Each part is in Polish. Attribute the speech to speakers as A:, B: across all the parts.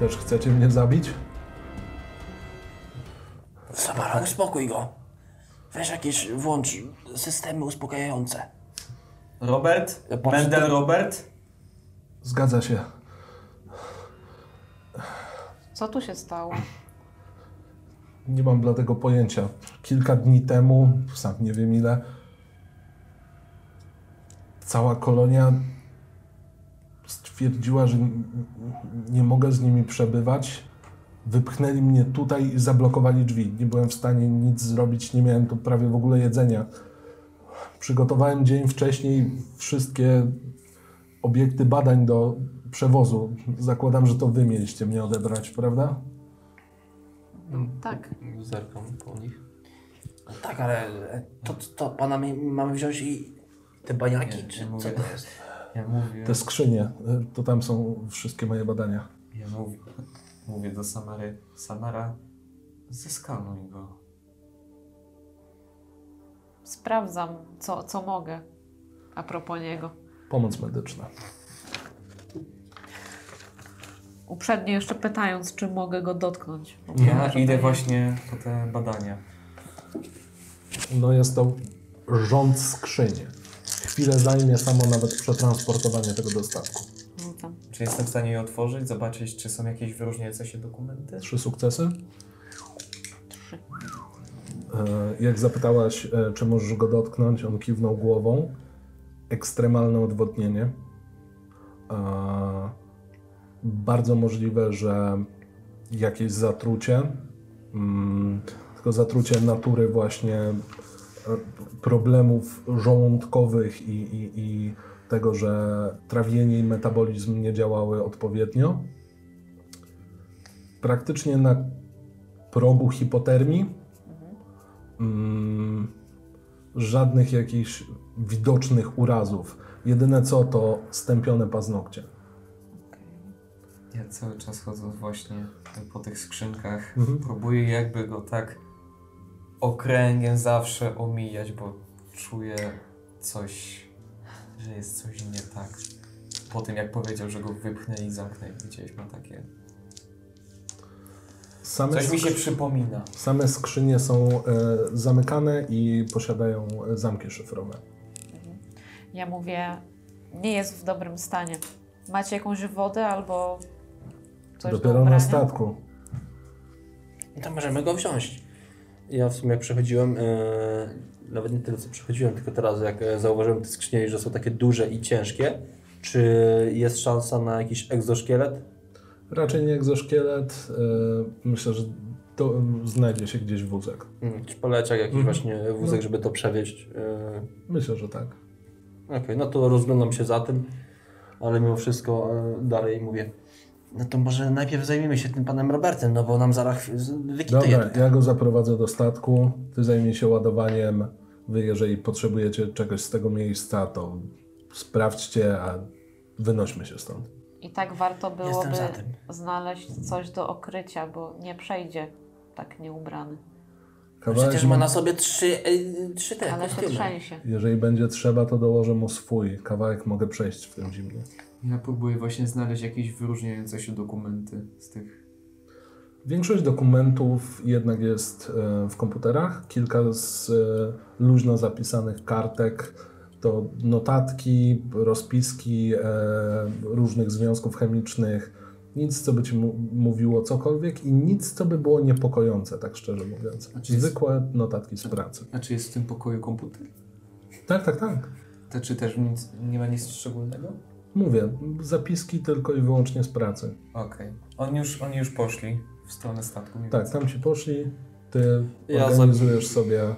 A: już chcecie mnie zabić?
B: Samara, uspokój go. Weź jakieś, włącz systemy uspokajające.
C: Robert?
B: Ja patrzę- tak-
C: Mendel Robert?
A: Zgadza się.
D: Co tu się stało?
A: Nie mam dla tego pojęcia. Kilka dni temu, sam nie wiem ile, cała kolonia stwierdziła, że n- n- nie mogę z nimi przebywać. Wypchnęli mnie tutaj i zablokowali drzwi. Nie byłem w stanie nic zrobić, nie miałem tu prawie w ogóle jedzenia. Przygotowałem dzień wcześniej wszystkie obiekty badań do przewozu. Zakładam, że to wy mieliście mnie odebrać, prawda?
D: Tak.
C: Zerkam po nich.
B: No tak, ale e, to, to, to pana mi- mamy wziąć i te baniaki,
C: Nie,
B: czy
C: nie
B: co
C: mówię.
B: to jest?
C: Ja mówię,
A: Te skrzynie, y, to tam są wszystkie moje badania.
C: ja mówię, mówię do Samary. Samara, zeskanuj go.
D: Sprawdzam, co, co mogę a propos niego.
A: Pomoc medyczna.
D: Uprzednio jeszcze pytając, czy mogę go dotknąć. Bo
C: Ja
D: może
C: idę
D: to-
C: właśnie po te badania.
A: No jest to rząd skrzyni. Chwilę zajmie samo nawet przetransportowanie tego dostatku.
D: Rzucam.
C: Czy jestem w stanie je otworzyć, zobaczyć, czy są jakieś wyróżniające się dokumenty?
A: Trzy sukcesy.
D: Trzy.
A: E, Jak zapytałaś, e, czy możesz go dotknąć, on kiwnął głową. Ekstremalne odwodnienie. E, Bardzo możliwe, że jakieś zatrucie, mm, tylko zatrucie natury właśnie e, problemów żołądkowych i, i, i tego, że trawienie i metabolizm nie działały odpowiednio. Praktycznie na progu hipotermii. Mm, żadnych jakichś widocznych urazów. Jedyne co to stępione paznokcie.
C: Ja cały czas chodząc właśnie po tych skrzynkach,
A: Mhm.
C: próbuję jakby go tak okręgiem zawsze omijać, bo czuję coś, że jest coś nie tak. Po tym jak powiedział, że go wypchnęli i zamknęli, widzieliśmy takie.
A: Same,
C: Coś mi się
A: skrzy-
C: przypomina.
A: same skrzynie są e, zamykane i posiadają e, zamki szyfrowe.
D: Ja mówię, nie jest w dobrym stanie. Macie jakąś wodę albo coś do
A: Dopiero
D: ubrania?
A: na statku.
B: No to możemy go wziąć.
E: Ja w sumie jak przechodziłem, e, nawet nie tyle co przechodziłem, tylko teraz jak e, zauważyłem te skrzynie, że są takie duże i ciężkie, czy jest szansa na jakiś egzoszkielet?
A: Raczej nie egzoszkielet. E, myślę, że to e, znajdzie się gdzieś wózek.
E: Mm, Czy poleciał jakiś
B: Mhm.
E: właśnie wózek, żeby to przewieźć? E,
A: Myślę, że tak.
E: Okej, no to rozglądam się za tym, ale mimo wszystko e, dalej mówię.
B: No to może najpierw zajmiemy się tym panem Robertem, no bo nam zaraz z- wykituje.
A: Dobra, ja go zaprowadzę do statku. Ty zajmij się ładowaniem. Wy, jeżeli potrzebujecie czegoś z tego miejsca, to sprawdźcie, a wynośmy się stąd.
D: I tak warto byłoby
B: za tym.
D: znaleźć coś do okrycia, bo nie przejdzie tak nieubrany.
B: Przecież ma na sobie trzy, e, trzy te
D: Ale się
B: kostiumy.
D: trzęsie.
A: Jeżeli będzie trzeba, to dołożę mu swój. Kawałek mogę przejść w tym zimnie.
C: Ja próbuję właśnie znaleźć jakieś wyróżniające się dokumenty z tych.
A: Większość dokumentów jednak jest e, w komputerach. Kilka z e, luźno zapisanych kartek to notatki, rozpiski e, różnych związków chemicznych. Nic, co by ci mu- mówiło cokolwiek i nic, co by było niepokojące, tak szczerze mówiąc.
C: Znaczy jest-
A: Zwykłe notatki
E: Tak.
A: z pracy.
C: A czy jest w tym pokoju komputer?
A: Tak, tak, tak.
C: To czy też nic, nie ma nic szczególnego?
A: Mówię, zapiski tylko i wyłącznie z pracy.
C: Okej. Oni już, oni już poszli w stronę statku. mniej
A: Tak,
C: więcej.
A: tam ci poszli, ty
E: Ja
A: organizujesz sobie e,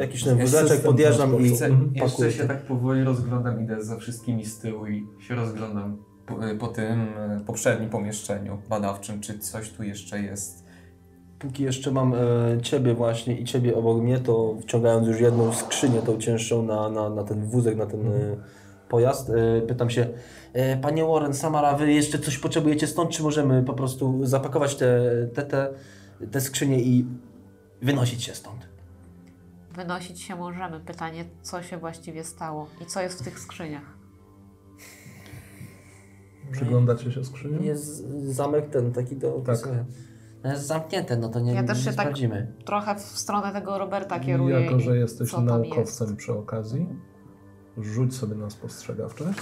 E: Jakiś ten
C: Ja
E: wózeczek,
A: system
E: podjeżdżam i
C: Chcę,
E: pakuję.
C: jeszcze się tak powoli rozglądam, idę za wszystkimi z tyłu i się rozglądam po, po tym e, poprzednim pomieszczeniu badawczym, czy coś tu jeszcze jest.
E: Póki jeszcze mam e, ciebie właśnie i ciebie obok mnie, to wciągając już jedną skrzynię, tą cięższą na, na, na ten wózek, na ten e, pojazd, e, pytam się,
B: E, panie Warren, Samara, wy jeszcze coś potrzebujecie stąd, czy możemy po prostu zapakować te, te, te, te skrzynie i wynosić się stąd?
D: Wynosić się możemy. Pytanie, co się właściwie stało i co jest w tych skrzyniach.
A: Przyglądacie się skrzyniom?
E: Jest zamek ten taki do...
A: Mhm. Tak.
B: No jest zamknięte, no to nie,
D: Ja też się
B: nie
D: tak-
B: sprawdzimy.
D: Trochę w stronę tego Roberta kieruję.
A: Jako, że
D: i
A: jesteś
D: co tam
A: naukowcem przy okazji, rzuć sobie na spostrzegawczość.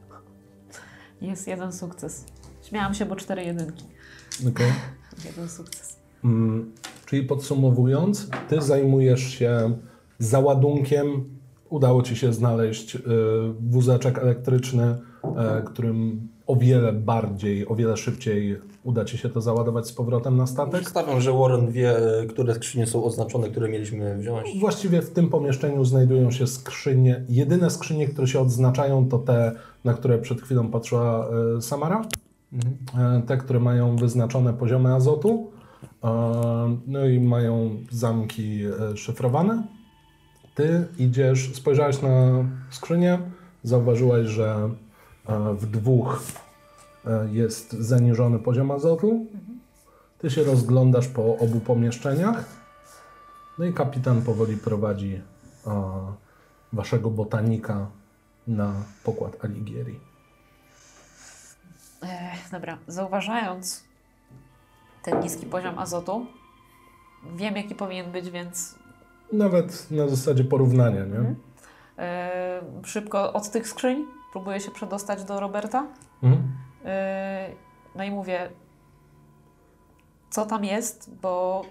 D: Jest. jest jeden sukces. Śmiałam się, bo cztery jedynki.
A: Okay.
D: Jeden sukces.
A: Mm, czyli podsumowując, ty zajmujesz się załadunkiem. Udało ci się znaleźć y, wózeczek elektryczny, e, którym o wiele bardziej, o wiele szybciej uda ci się to załadować z powrotem na statek.
E: Stawiam, że Warren wie, e, które skrzynie są oznaczone, które mieliśmy wziąć.
A: No Właściwie w tym pomieszczeniu znajdują się skrzynie. Jedyne skrzynie, które się odznaczają, to te, na które przed chwilą patrzyła e, Samara. E, Te, które mają wyznaczone poziomy azotu. E, No i mają zamki e, szyfrowane. Ty idziesz, spojrzałeś na skrzynię, zauważyłaś, że e, w dwóch e, jest zaniżony poziom azotu. Ty się rozglądasz po obu pomieszczeniach. No i kapitan powoli prowadzi e, waszego botanika na pokład Alighieri.
D: Ech, dobra, zauważając ten niski poziom azotu, wiem jaki powinien być, więc
A: Nawet na zasadzie porównania, nie?
D: Mhm. yy, szybko od tych skrzyń próbuję się przedostać do Roberta.
A: Mhm.
D: Yy, no i mówię, co tam jest, bo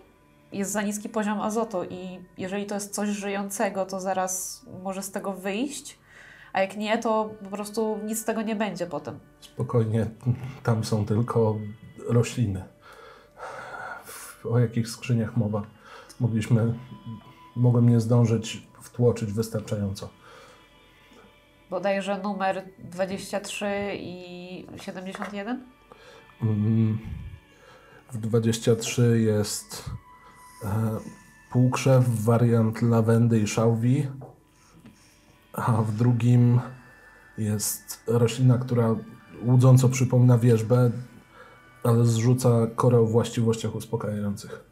D: jest za niski poziom azotu i jeżeli to jest coś żyjącego, to zaraz może z tego wyjść, a jak nie, to po prostu nic z tego nie będzie potem.
A: Spokojnie, tam są tylko rośliny. O jakich skrzyniach mowa? Mogliśmy, mogłem nie zdążyć wtłoczyć wystarczająco.
D: Bodajże numer 23 i 71?
A: Mm, W 23 jest e, półkrzew, wariant lawendy i szałwi, a w drugim jest roślina, która łudząco przypomina wierzbę, ale zrzuca korę o właściwościach uspokajających.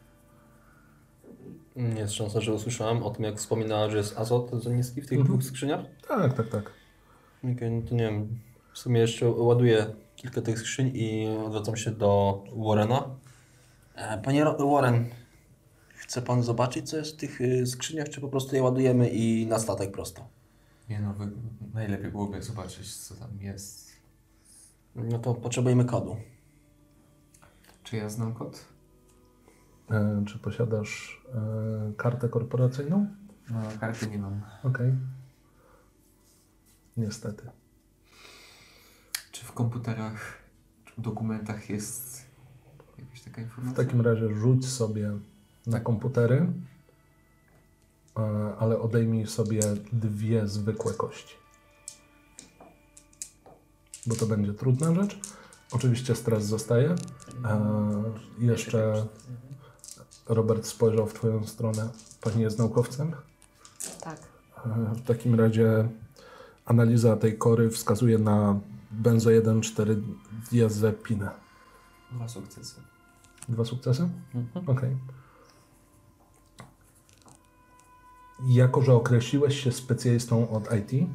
E: Jest szansa, że usłyszałem o tym, jak wspominała, że jest azot za niski w tych
A: Mhm.
E: dwóch skrzyniach.
A: Tak, tak, tak.
E: Okej, no to nie wiem. W sumie jeszcze ładuję kilka tych skrzyń i odwracam się do Warrena.
B: E, Panie Ro- Warren, chce pan zobaczyć, co jest w tych y, skrzyniach, czy po prostu je ładujemy i na statek prosto?
C: Nie no, wy... najlepiej byłoby zobaczyć, co tam jest.
E: No to potrzebujemy kodu.
C: Czy ja znam kod?
A: E, czy posiadasz e, kartę korporacyjną?
C: No, karty nie mam.
A: Okej. Niestety.
C: Czy w komputerach, czy w dokumentach jest jakaś taka
A: W
C: informacja?
A: takim razie rzuć sobie na komputery, e, ale odejmij sobie dwie zwykłe kości. Bo to będzie trudna rzecz. Oczywiście stres zostaje. E, jeszcze Robert spojrzał w Twoją stronę. Pani jest naukowcem.
D: Tak.
A: E, W takim razie analiza tej kory wskazuje na benzo 1,4 diazepinę.
C: Dwa sukcesy.
A: Dwa sukcesy? Okej. Jako, że określiłeś się specjalistą od IT,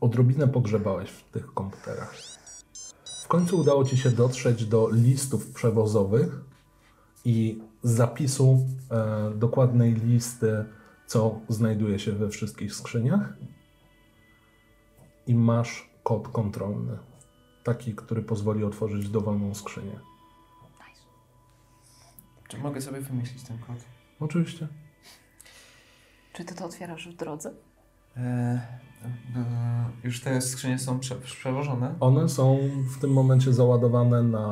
A: odrobinę pogrzebałeś w tych komputerach. W końcu udało ci się dotrzeć do listów przewozowych i zapisu e, dokładnej listy, co znajduje się we wszystkich skrzyniach. I masz kod kontrolny, taki, który pozwoli otworzyć dowolną skrzynię.
C: Czy mogę sobie wymyślić ten kod?
A: Oczywiście.
D: Czy ty to otwierasz w drodze?
C: E, e, już te skrzynie są prze, przewożone.
A: One są w tym momencie załadowane na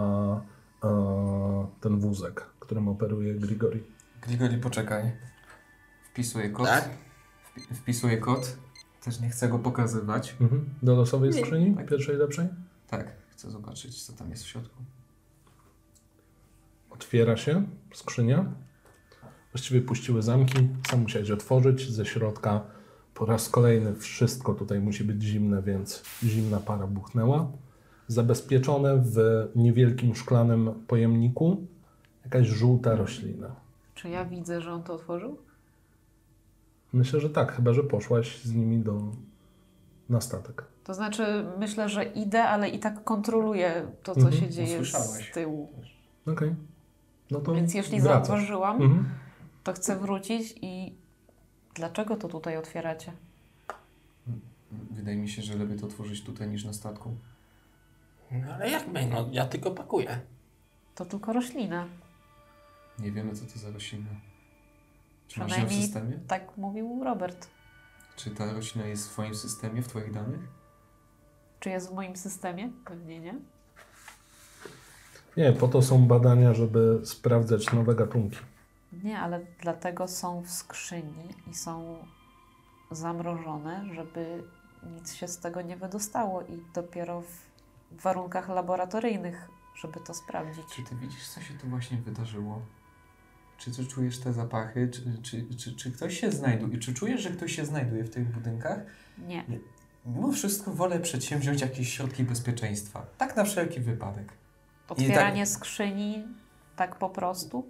A: e, ten wózek, którym operuje Grigori.
C: Grigori, poczekaj. Wpisuję kod.
E: Tak?
C: Wpi- Wpisuję kod. Też nie chcę go pokazywać.
A: Mhm. Do losowej skrzyni,
C: Tak.
A: pierwszej lepszej.
C: Tak, chcę zobaczyć, co tam jest w środku.
A: Otwiera się skrzynia. Właściwie puściły zamki, sam musiałeś otworzyć ze środka. Po raz kolejny wszystko tutaj musi być zimne, więc zimna para buchnęła. Zabezpieczone w niewielkim szklanym pojemniku jakaś żółta roślina.
D: Czy ja widzę, że on to otworzył?
A: Myślę, że tak, chyba że poszłaś z nimi do, na statek.
D: To znaczy, myślę, że idę, ale i tak kontroluję to, co
A: Mhm,
D: się dzieje z
F: usłyszałaś.
D: tyłu.
A: Okej. No to
D: Więc jeśli
A: wracasz.
D: zauważyłam,
A: Mhm.
D: to chcę wrócić i dlaczego to tutaj otwieracie?
C: Wydaje mi się, że lepiej to otworzyć tutaj niż na statku.
E: No ale jak my, no ja tylko pakuję.
D: To tylko roślina.
C: Nie wiemy, co to za roślina. Czy masz ją w
D: Przynajmniej
C: systemie?
D: tak mówił Robert.
C: Czy ta roślina jest w twoim systemie, w twoich danych?
D: Czy jest w moim systemie? Pewnie nie.
A: Nie, po to są badania, żeby sprawdzać nowe gatunki.
D: Nie, ale dlatego są w skrzyni i są zamrożone, żeby nic się z tego nie wydostało i dopiero w warunkach laboratoryjnych, żeby to sprawdzić.
C: Czy ty widzisz, co się tu właśnie wydarzyło? Czy ty czujesz te zapachy? Czy, czy, czy, czy ktoś się znajduje? Czy czujesz, że ktoś się znajduje w tych budynkach?
D: Nie.
C: Mimo wszystko wolę przedsięwziąć jakieś środki bezpieczeństwa. Tak na wszelki wypadek.
D: Otwieranie skrzyni tak po prostu?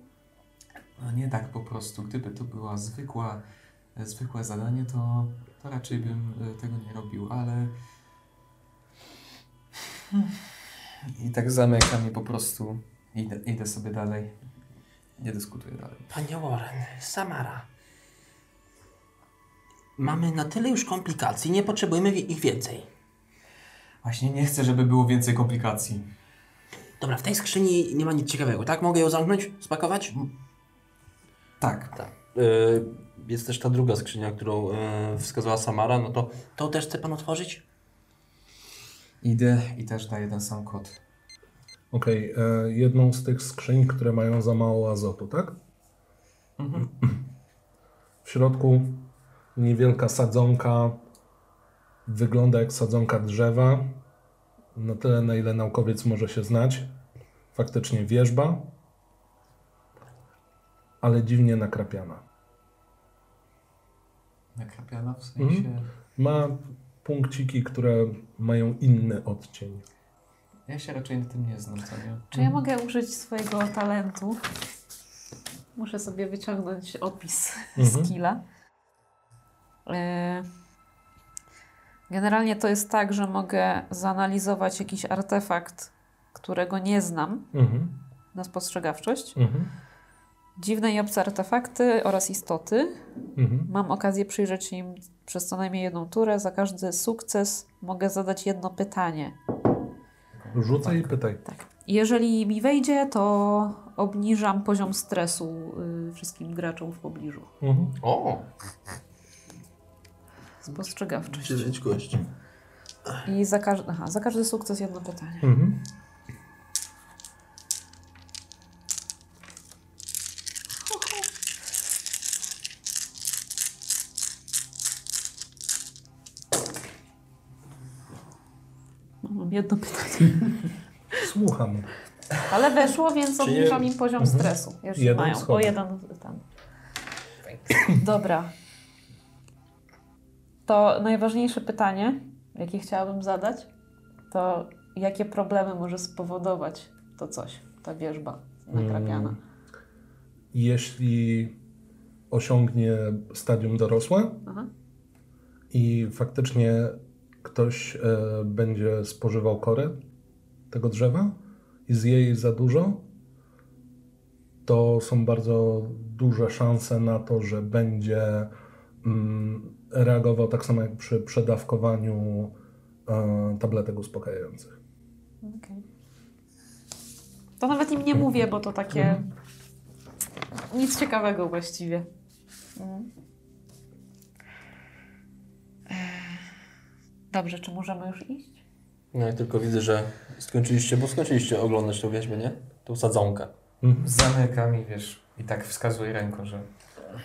C: No nie tak po prostu. Gdyby to była zwykła, e, zwykłe zadanie, to, to raczej bym e, tego nie robił, ale... I tak zamykam i po prostu idę, idę sobie dalej. Nie dyskutuję dalej.
E: Panie Warren, Samara. Mamy na tyle już komplikacji, nie potrzebujemy wi- ich więcej.
C: Właśnie nie chcę, żeby było więcej komplikacji.
E: Dobra, w tej skrzyni nie ma nic ciekawego, tak? Mogę ją zamknąć, spakować?
C: Tak.
E: Tak. E, jest też ta druga skrzynia, którą e, wskazała Samara, no to to też chce pan otworzyć?
C: Idę i też daję ten sam kod.
A: Okej, e, jedną z tych skrzyń, które mają za mało azotu, tak?
C: Mhm.
A: W środku niewielka sadzonka, wygląda jak sadzonka drzewa, na tyle na ile naukowiec może się znać. Faktycznie wierzba, ale dziwnie nakrapiana.
C: Nakrapiana w sensie...
A: Ma punkciki, które mają inny odcień.
C: Ja się raczej na tym nie znam, co nie?
D: Czy ja mogę użyć swojego talentu? Muszę sobie wyciągnąć opis
A: Mhm.
D: skilla. E, Generalnie to jest tak, że mogę zanalizować jakiś artefakt, którego nie znam
A: Mhm.
D: na spostrzegawczość.
A: Mhm.
D: Dziwne i obce artefakty oraz istoty.
A: Mhm.
D: Mam okazję przyjrzeć się im przez co najmniej jedną turę. Za każdy sukces mogę zadać jedno pytanie.
A: Rzucaj i pytaj.
D: Jeżeli mi wejdzie, to obniżam poziom stresu y, wszystkim graczom w pobliżu.
A: Mhm.
E: O!
D: Spostrzegawczość.
E: 9 kości.
D: I za, każ- Aha, za każdy sukces jedno pytanie.
A: Mhm. No,
D: Mam jedno pytanie.
A: Słucham.
D: Ale weszło, więc
E: Czyli-
D: obniżam im poziom
A: Mhm.
D: stresu. Już
A: Jeden
D: mają. O
A: schodek.
D: jeden tam. Dobra. To najważniejsze pytanie, jakie chciałabym zadać, to jakie problemy może spowodować to coś, ta wierzba
A: Mm.
D: nakrapiana.
A: Jeśli osiągnie stadium dorosłe
D: Aha.
A: i faktycznie ktoś e, będzie spożywał korę tego drzewa i zje jej za dużo, to są bardzo duże szanse na to, że będzie mm, reagował tak samo jak przy przedawkowaniu e, tabletek uspokajających.
D: Okej. To nawet im nie mówię, bo to takie nic ciekawego właściwie. Mhm. Ech. Dobrze, czy możemy już iść?
E: No ja tylko widzę, że skończyliście, bo skończyliście oglądać tą wieźbę, nie? Tą sadzonkę.
A: Mhm.
C: Zamykam i wiesz, i tak wskazuję ręką, że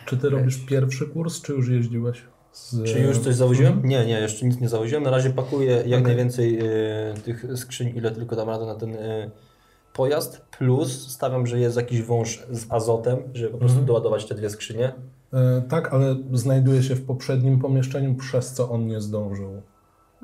A: Czy ty robisz pierwszy kurs, czy już jeździłeś? Z...
E: Czy już coś zawoziłem? Nie, nie, jeszcze nic nie zawoziłem. Na razie pakuję jak najwięcej e, tych skrzyń, ile tylko dam radę na ten e, pojazd. Plus stawiam, że jest jakiś wąż z azotem, żeby po
A: Mhm.
E: prostu doładować te dwie skrzynie.
A: E, tak, ale znajduje się w poprzednim pomieszczeniu, przez co on nie zdążył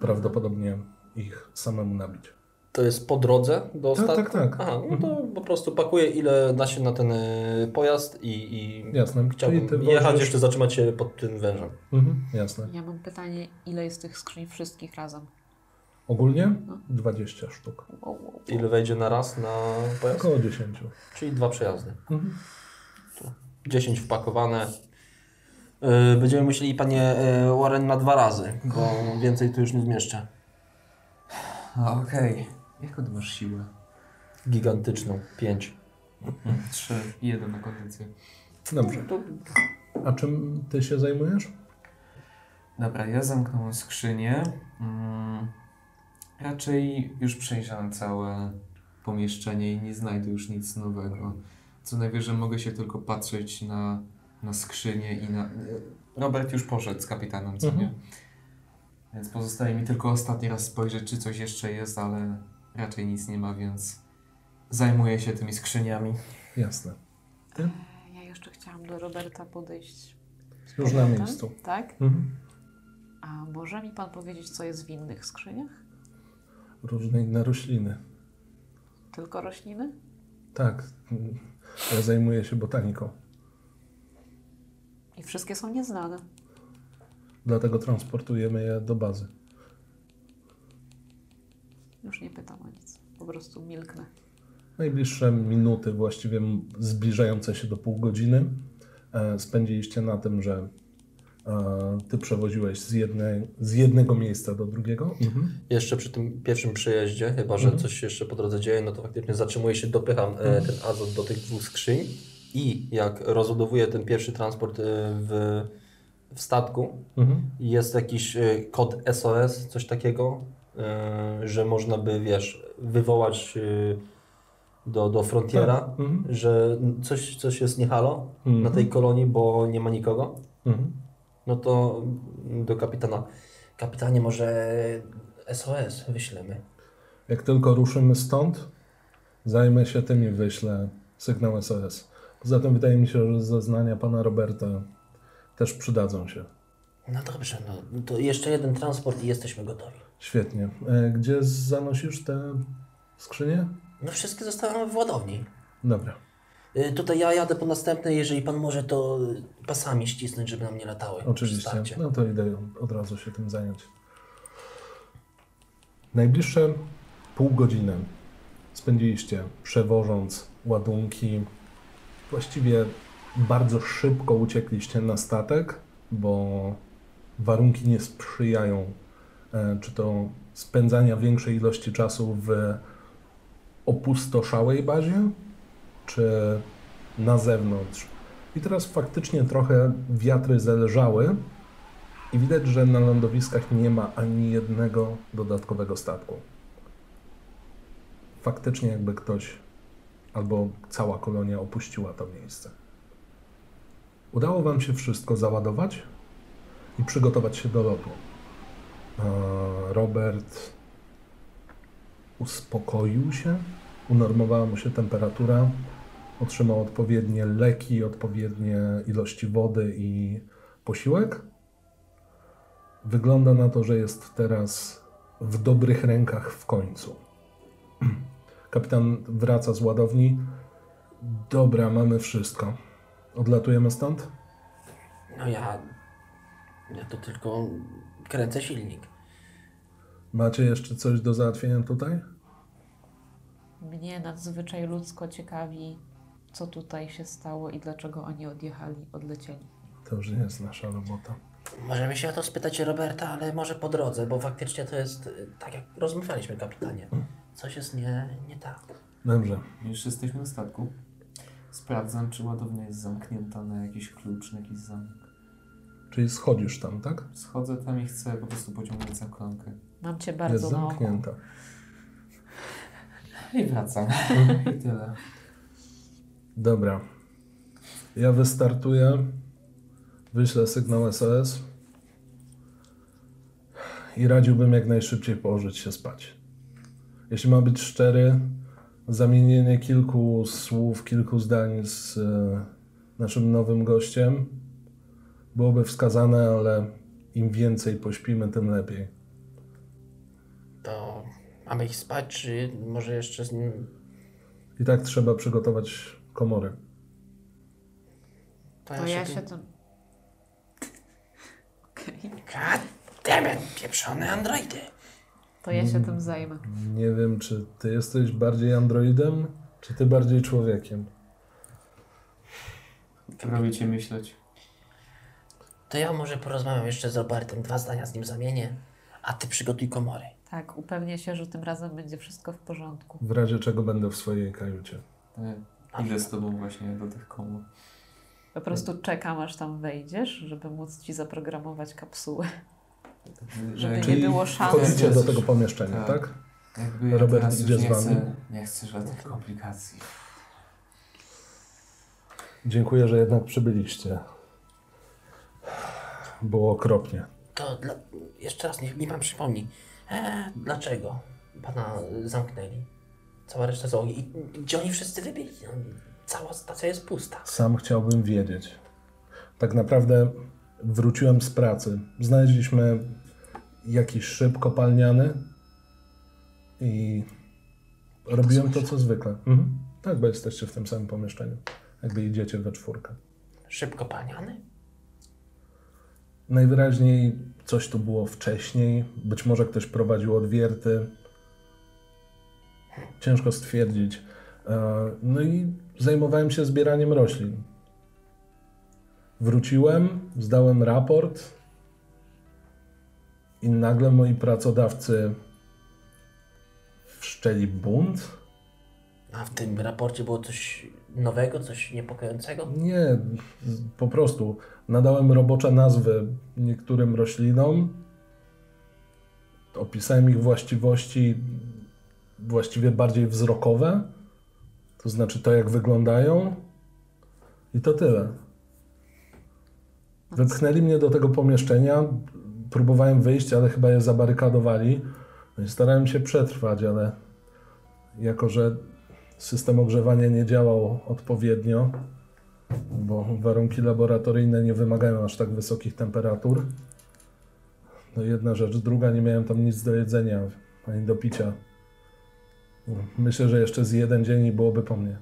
A: prawdopodobnie ich samemu nabić.
E: To jest po drodze do
A: Tak,
E: statku?
A: tak, tak.
E: Aha, no to po prostu pakuję ile da się na ten y, pojazd i, i
A: Jasne.
E: chciałbym
A: Czyli ty
E: jechać,
A: włożysz-
E: jeszcze zatrzymać się pod tym wężem.
A: Mhm, jasne.
D: Ja mam pytanie, ile jest tych skrzyń wszystkich razem?
A: Ogólnie
D: No.
A: 20 sztuk.
D: Wow, wow, wow.
E: Ile wejdzie na raz na pojazd?
A: Około 10.
E: Czyli dwa przejazdy.
A: Mhm.
E: 10 wpakowane. Y,
B: Yy, Będziemy musieli, panie yy, Warren, na dwa razy, bo więcej tu już nie zmieszczę.
C: A okej. Jaką ty masz siłę?
E: Gigantyczną. 5.
C: Trzy. i Jeden na kondycję.
A: Dobrze. A czym ty się zajmujesz?
C: Dobra, ja zamknąłem skrzynię. Mm, raczej już przejrzałem całe pomieszczenie i nie znajdę już nic nowego. Co najwyżej mogę się tylko patrzeć na, na skrzynię i na... Robert już poszedł z kapitanem, co nie?
A: Mhm.
C: Więc pozostaje mi tylko ostatni raz spojrzeć, czy coś jeszcze jest, ale raczej nic nie ma, więc zajmuję się tymi skrzyniami.
A: Jasne.
D: Ja jeszcze chciałam do Roberta podejść. z
A: Już na
D: powrotem,
A: miejscu.
D: Tak?
A: Mhm.
D: A może mi pan powiedzieć, co jest w innych skrzyniach?
A: Różne inne rośliny.
D: Tylko rośliny?
A: Tak. mm, Ja zajmuję się botaniką.
D: I wszystkie są nieznane.
A: Dlatego transportujemy je do bazy.
D: Już nie pytam o nic. Po prostu milknę.
A: Najbliższe minuty, właściwie m- zbliżające się do pół godziny, e, spędziliście na tym, że e, ty przewoziłeś z, jednej, z jednego miejsca do drugiego.
E: Jeszcze przy tym pierwszym przejeździe, chyba że coś się jeszcze po drodze dzieje, no to faktycznie zatrzymuję się, dopycham e, ten azot do tych dwóch skrzyń i jak rozładowuję ten pierwszy transport e, w, w statku,
A: Mhm.
E: jest jakiś e, kod SOS, coś takiego, e, że można by, wiesz, wywołać e, do, do Frontiera,
A: Mhm.
E: że coś, coś jest nie halo na
A: Mhm.
E: tej kolonii, bo nie ma nikogo.
A: Mhm.
E: No to do kapitana. Kapitanie, może SOS wyślemy.
A: Jak tylko ruszymy stąd, zajmę się tym i wyślę sygnał SOS. Poza tym wydaje mi się, że zeznania pana Roberta też przydadzą się.
E: No dobrze, no to jeszcze jeden transport i jesteśmy gotowi.
A: Świetnie. E, Gdzie zanosisz te skrzynie?
E: No wszystkie zostały w ładowni.
A: Dobra.
E: Y, Tutaj ja jadę po następne, jeżeli pan może to y, pasami ścisnąć, żeby nam nie latały. przy
A: Oczywiście.
E: starcie.
A: No to idę od razu się tym zająć. Najbliższe pół godziny spędziliście przewożąc ładunki. Właściwie bardzo szybko uciekliście na statek, bo warunki nie sprzyjają e, czy to spędzania większej ilości czasu w opustoszałej bazie, czy na zewnątrz. I teraz faktycznie trochę wiatry zelżały i widać, że na lądowiskach nie ma ani jednego dodatkowego statku. Faktycznie jakby ktoś albo cała kolonia opuściła to miejsce. Udało wam się wszystko załadować i przygotować się do lotu. Eee, Robert uspokoił się, unormowała mu się temperatura, otrzymał odpowiednie leki, odpowiednie ilości wody i posiłek. Wygląda na to, że jest teraz w dobrych rękach w końcu. Kapitan wraca z ładowni. Dobra, mamy wszystko. Odlatujemy stąd?
E: No ja... Ja to tylko kręcę silnik.
A: Macie jeszcze coś do załatwienia tutaj?
D: Mnie nadzwyczaj ludzko ciekawi, co tutaj się stało i dlaczego oni odjechali, odlecieli.
A: To już nie jest nasza robota.
E: Możemy się o to spytać Roberta, ale może po drodze, bo faktycznie to jest y, tak jak rozmawialiśmy, kapitanie.
A: Mhm.
E: Coś jest nie, nie tak.
A: Dobrze.
C: Już jesteśmy na statku. Sprawdzam, czy ładownia jest zamknięta na jakiś klucz, na jakiś zamek.
A: Czyli schodzisz tam, tak?
C: Schodzę tam i chcę po prostu pociągnąć za klamkę.
D: Mam cię
A: jest
D: bardzo na oku.
A: zamknięta.
C: I wracam. I tyle.
A: Dobra. Ja wystartuję. Wyślę sygnał SOS. I radziłbym jak najszybciej położyć się spać. Jeśli ma być szczery, zamienienie kilku słów, kilku zdań z e, naszym nowym gościem byłoby wskazane, ale im więcej pośpimy, tym lepiej.
E: To
B: Mamy ich spać, czy może jeszcze z nim...
A: I tak trzeba przygotować komory.
B: To
D: To ja
B: tu-
D: się tym... Okej.
B: God damn it, pieprzone androidy.
D: To ja
C: Mm.
D: się tym zajmę.
A: Nie wiem, czy ty jesteś bardziej androidem, czy ty bardziej człowiekiem.
C: Robicie myśleć.
B: To ja może porozmawiam jeszcze z Robertem, dwa zdania z nim zamienię, a ty przygotuj komory.
D: Tak, upewnię się, że tym razem będzie wszystko w porządku.
A: W razie czego będę w swojej kajucie.
C: E, Idę z tobą właśnie do tych komór.
D: Po prostu czekam, aż tam wejdziesz, żeby móc ci zaprogramować kapsułę. Żeby
C: E,
D: nie
A: Czyli
D: było szans.
A: wchodzicie do
C: Jezus.
A: tego pomieszczenia,
C: Tak.
A: tak?
C: Jakby ja
A: Robert
C: teraz już
A: idzie z
C: nie
A: wami?
C: Chcę, nie chcę żadnych komplikacji.
A: Dziękuję, że jednak przybyliście. Było okropnie.
B: To dla... jeszcze raz, niech mi pan przypomni. E, dlaczego pana y, zamknęli? Cała reszta załogi. I gdzie oni wszyscy wybyli? No, Cała stacja jest pusta.
A: Sam chciałbym wiedzieć. Tak naprawdę wróciłem z pracy. Znaleźliśmy jakiś szyb kopalniany i robiłem to, co zwykle. Mhm. Tak, bo jesteście w tym samym pomieszczeniu. Jakby idziecie we czwórkę.
B: Szybko paniany?
A: Najwyraźniej coś tu było wcześniej. Być może ktoś prowadził odwierty. Ciężko stwierdzić. E, No i zajmowałem się zbieraniem roślin. Wróciłem, zdałem raport i nagle moi pracodawcy wszczęli bunt.
B: A w tym raporcie było coś nowego, coś niepokojącego?
A: Nie, z- po prostu nadałem robocze nazwy niektórym roślinom. Opisałem ich właściwości właściwie bardziej wzrokowe, to znaczy to, jak wyglądają. I to tyle. Wepchnęli mnie do tego pomieszczenia. Próbowałem wyjść, ale chyba je zabarykadowali. No i starałem się przetrwać, ale jako, że system ogrzewania nie działał odpowiednio, bo warunki laboratoryjne nie wymagają aż tak wysokich temperatur. No jedna rzecz, druga, nie miałem tam nic do jedzenia ani do picia. Myślę, że jeszcze z jeden dzień i byłoby po mnie.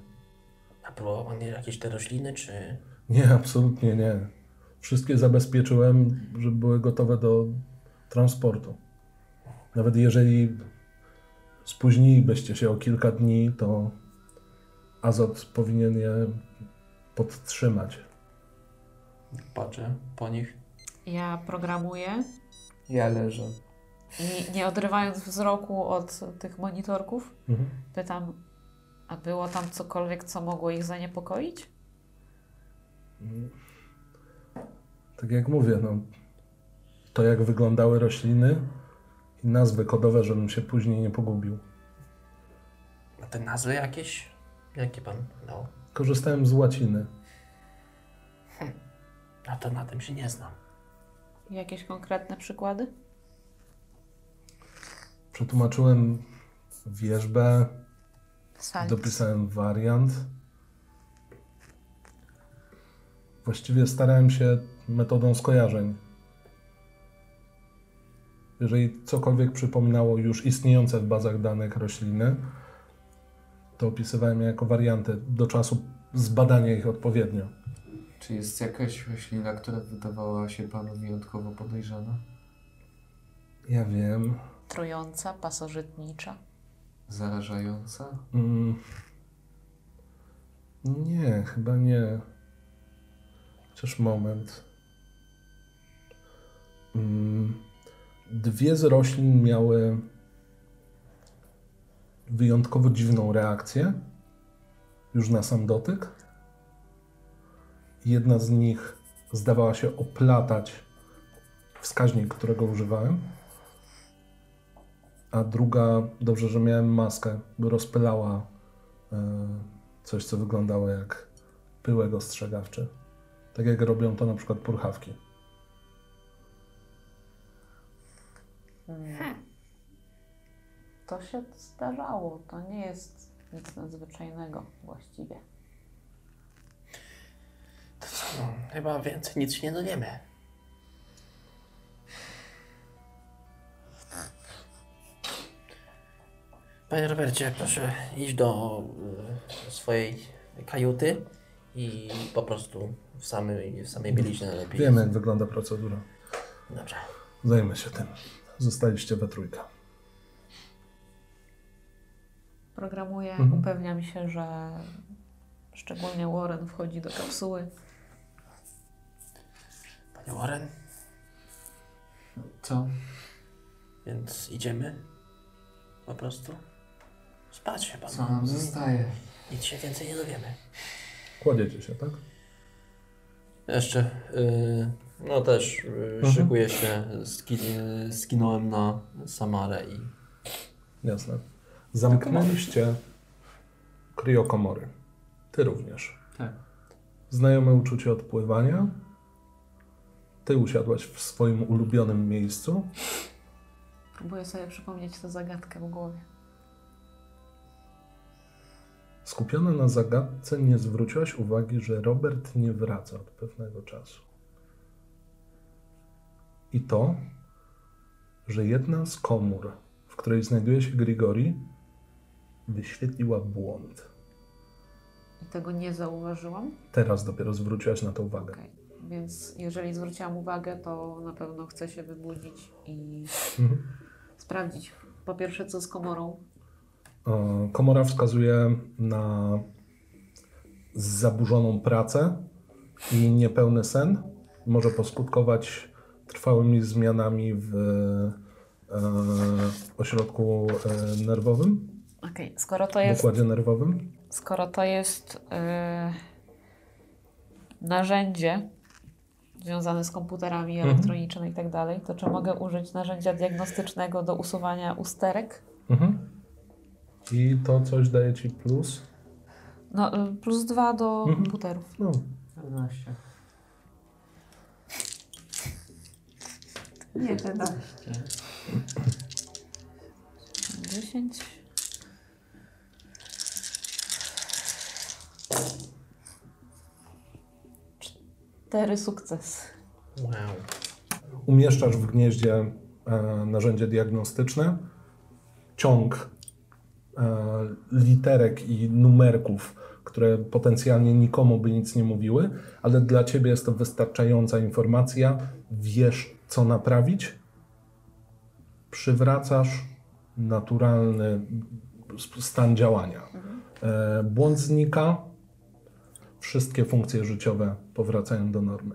B: A próbował pan jakieś te rośliny, czy...
A: Nie, absolutnie nie. Wszystkie zabezpieczyłem, żeby były gotowe do transportu. Nawet jeżeli spóźnilibyście się o kilka dni, to azot powinien je podtrzymać.
C: Patrzę po nich.
D: Ja programuję
C: Ja leżę.
D: i nie odrywając wzroku od tych monitorków,
A: Mhm.
D: pytam, a było tam cokolwiek, co mogło ich zaniepokoić?
A: Tak jak mówię, no, to jak wyglądały rośliny i nazwy kodowe, żebym się później nie pogubił.
B: A te nazwy jakieś? Jakie pan dał?
A: Korzystałem z łaciny.
B: A to na tym się nie znam.
D: Jakieś konkretne przykłady?
A: Przetłumaczyłem wierzbę,
D: Sali.
A: dopisałem wariant. Właściwie starałem się metodą skojarzeń. Jeżeli cokolwiek przypominało już istniejące w bazach danych rośliny, to opisywałem je jako warianty do czasu zbadania ich odpowiednio.
C: Czy jest jakaś roślina, która wydawała się panu wyjątkowo podejrzana?
A: Ja wiem.
D: Trująca, pasożytnicza.
C: Zarażająca?
A: Mm. Nie, chyba nie. Chociaż moment. Mm. Dwie z roślin miały wyjątkowo dziwną reakcję już na sam dotyk. Jedna z nich zdawała się oplatać wskaźnik, którego używałem a druga, dobrze, że miałem maskę, by rozpylała e, coś, co wyglądało jak pyłek ostrzegawczy. Tak jak robią to na przykład purchawki.
D: To się zdarzało, to nie jest nic nadzwyczajnego właściwie.
B: To co, no, chyba więcej nic się nie dowiemy. Panie Robercie, proszę iść do y, swojej kajuty i po prostu w samej, w samej bieliźnie najlepiej.
A: Wiemy, jak wygląda procedura.
B: Dobrze.
A: Zajmę się tym. Zostaliście we trójkę.
D: Programuję,
A: Mhm.
D: upewniam się, że szczególnie Warren wchodzi do kapsuły.
B: Panie Warren,
C: Co?
B: więc idziemy po prostu spać chyba.
C: Co
A: Mhm.
C: nam zostaje?
B: Nic się więcej nie dowiemy.
A: Kładziecie się, tak?
E: Jeszcze, y, no też y,
A: Mhm.
E: szykuję się, ski, y, skinąłem na Samarę i
A: Jasne. Zamknęliście kriokomory. Ty również.
C: Tak.
A: Znajome uczucie odpływania. Ty usiadłaś w swoim ulubionym miejscu.
D: Próbuję sobie przypomnieć tę zagadkę w głowie.
A: Skupiona na zagadce nie zwróciłaś uwagi, że Robert nie wraca od pewnego czasu. I to, że jedna z komór, w której znajduje się Grigori, wyświetliła błąd.
D: I tego nie zauważyłam.
A: Teraz dopiero zwróciłaś na to uwagę.
D: Okej. Więc jeżeli zwróciłam uwagę, to na pewno chcę się wybudzić i
A: Mhm.
D: sprawdzić po pierwsze co z komorą.
A: E, Komora wskazuje na zaburzoną pracę i niepełny sen. Może poskutkować trwałymi zmianami w e, ośrodku e, nerwowym,
D: Okej, skoro to
A: w
D: jest
A: układzie nerwowym.
D: skoro to jest yy, narzędzie związane z komputerami
A: Mhm.
D: elektronicznymi i tak dalej, to czy mogę użyć narzędzia diagnostycznego do usuwania usterek?
A: Mhm. I to coś daje ci plus.
D: No, y, plus dwa do
A: Mhm.
D: komputerów.
A: No,
C: 14.
D: Nie, to da. 10. Cztery sukces.
B: Wow.
A: umieszczasz w gnieździe e, narzędzie diagnostyczne, ciąg e, literek i numerków, które potencjalnie nikomu by nic nie mówiły, ale dla ciebie jest to wystarczająca informacja. Wiesz, co naprawić. Przywracasz naturalny s- stan działania. E, błąd znika. Wszystkie funkcje życiowe powracają do normy.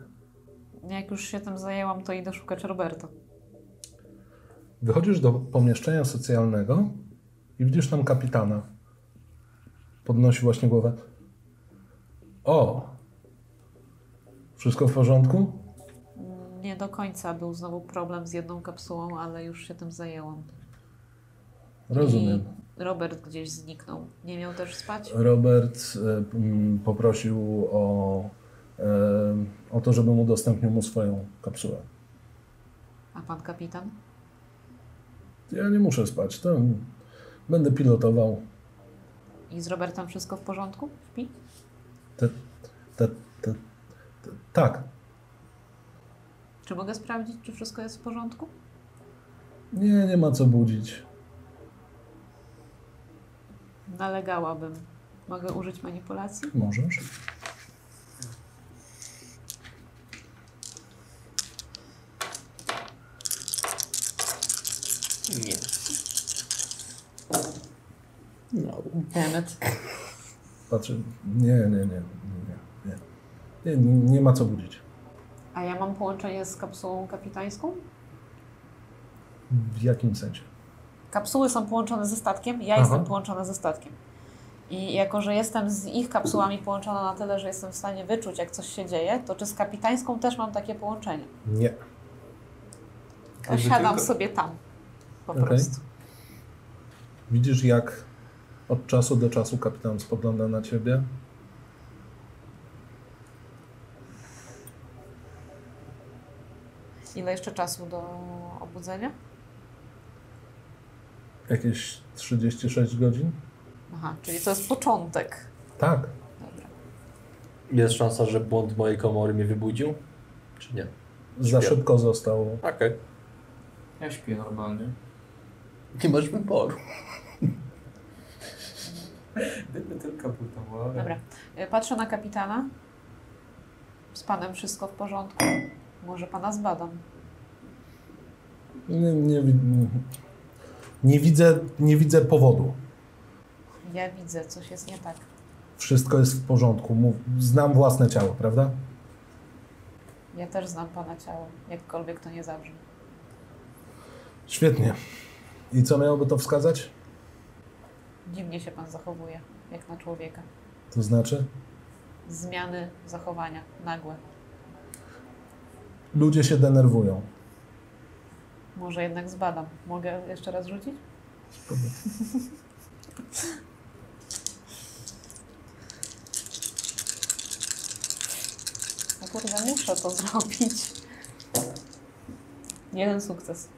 D: Jak już się tym zajęłam, to idę szukać Roberta.
A: Wychodzisz do pomieszczenia socjalnego i widzisz tam kapitana. Podnosi właśnie głowę. O! Wszystko w porządku?
D: Nie do końca był znowu problem z jedną kapsułą, ale już się tym zajęłam.
A: Rozumiem.
D: I Robert gdzieś zniknął. Nie miał też spać?
A: Robert e, m, poprosił o, e, o to, żebym udostępnił mu swoją kapsułę.
D: A pan kapitan?
A: Ja nie muszę spać, to będę pilotował.
D: I z Robertem wszystko w porządku? Śpi?
A: Te, te, te, tak,
D: Czy mogę sprawdzić, czy wszystko jest w porządku?
A: nie, nie ma co budzić.
D: Nalegałabym. Mogę użyć manipulacji?
A: Możesz.
B: Nie.
E: no,
D: Demet.
A: Patrzę, nie, nie, nie, nie, nie, nie, nie ma co budzić.
D: A ja mam połączenie z kapsułą kapitańską?
A: W jakim sensie?
D: Kapsuły są połączone ze statkiem, ja
A: Aha.
D: jestem połączona ze statkiem. I jako, że jestem z ich kapsułami połączona na tyle, że jestem w stanie wyczuć, jak coś się dzieje, to czy z kapitańską też mam takie połączenie?
A: Nie.
D: To siadam sobie tam. Po
A: Okej.
D: prostu.
A: Widzisz, jak od czasu do czasu kapitan spogląda na ciebie?
D: Ile jeszcze czasu do obudzenia?
A: Jakieś 36 godzin?
D: Aha, czyli to jest początek.
A: Tak.
D: Dobra.
E: jest szansa, że błąd mojej komory mnie wybudził? Czy nie?
A: Za
E: Śpię.
A: szybko został.
E: Okej.
C: Ja śpię normalnie.
E: Nie masz wyboru.
C: Gdyby tylko był to wolę.
D: Dobra. Y, Patrzę na kapitana. Z panem wszystko w porządku. Może pana zbadam.
A: Nie, nie, wi- nie, widzę, nie widzę powodu.
D: Ja widzę, coś jest nie tak.
A: Wszystko jest w porządku. Mów, znam własne ciało, prawda?
D: Ja też znam pana ciało, jakkolwiek to nie zabrzmi.
A: Świetnie. I co miałoby to wskazać?
D: Dziwnie się pan zachowuje, jak na człowieka.
A: To znaczy,
D: Zmiany zachowania, nagłe.
A: ludzie się denerwują.
D: Może jednak zbadam. Mogę jeszcze raz rzucić? No kurde, muszę to zrobić. Jeden sukces.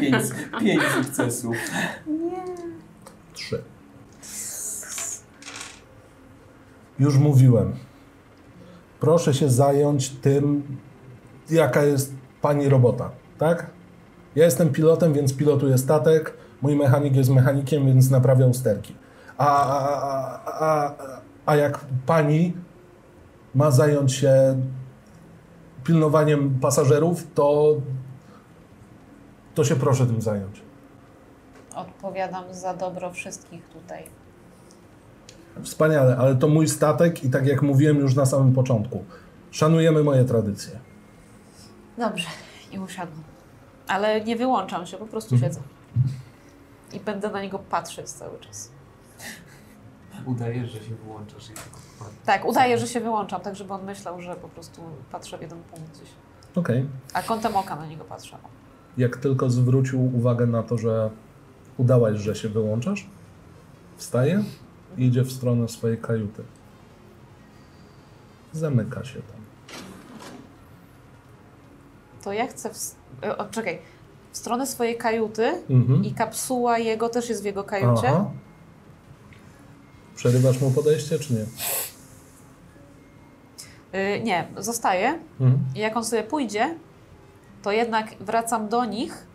C: Pięć, pięć sukcesów.
A: Trzy. Już mówiłem. Proszę się zająć tym, jaka jest pani robota, tak? Ja jestem pilotem, więc pilotuję statek. Mój mechanik jest mechanikiem, więc naprawia usterki. A, a, a, a, a jak pani ma zająć się pilnowaniem pasażerów, to, to się proszę tym zająć.
D: Odpowiadam za dobro wszystkich tutaj.
A: Wspaniale, ale to mój statek i tak jak mówiłem już na samym początku, szanujemy moje tradycje.
D: Dobrze, i usiadłam. Ale nie wyłączam się, po prostu siedzę. I będę na niego patrzeć cały czas.
C: Udajesz, że się wyłączasz i tylko patrzysz.
D: Tak, udaję, że się wyłączam, tak żeby on myślał, że po prostu patrzę w jeden punkt gdzieś.
A: Okej.
D: A kątem oka na niego patrzę.
A: Jak tylko zwrócił uwagę na to, że udałaś, że się wyłączasz, wstaje i idzie w stronę swojej kajuty. Zamyka się tam.
D: To ja chcę. W... e, O, czekaj. W stronę swojej kajuty
A: Mhm.
D: i kapsuła jego też jest w jego kajucie.
A: Aha. Przerywasz mu podejście, czy nie?
D: Y, nie, zostaje.
A: Mhm.
D: I jak on sobie pójdzie, to jednak wracam do nich,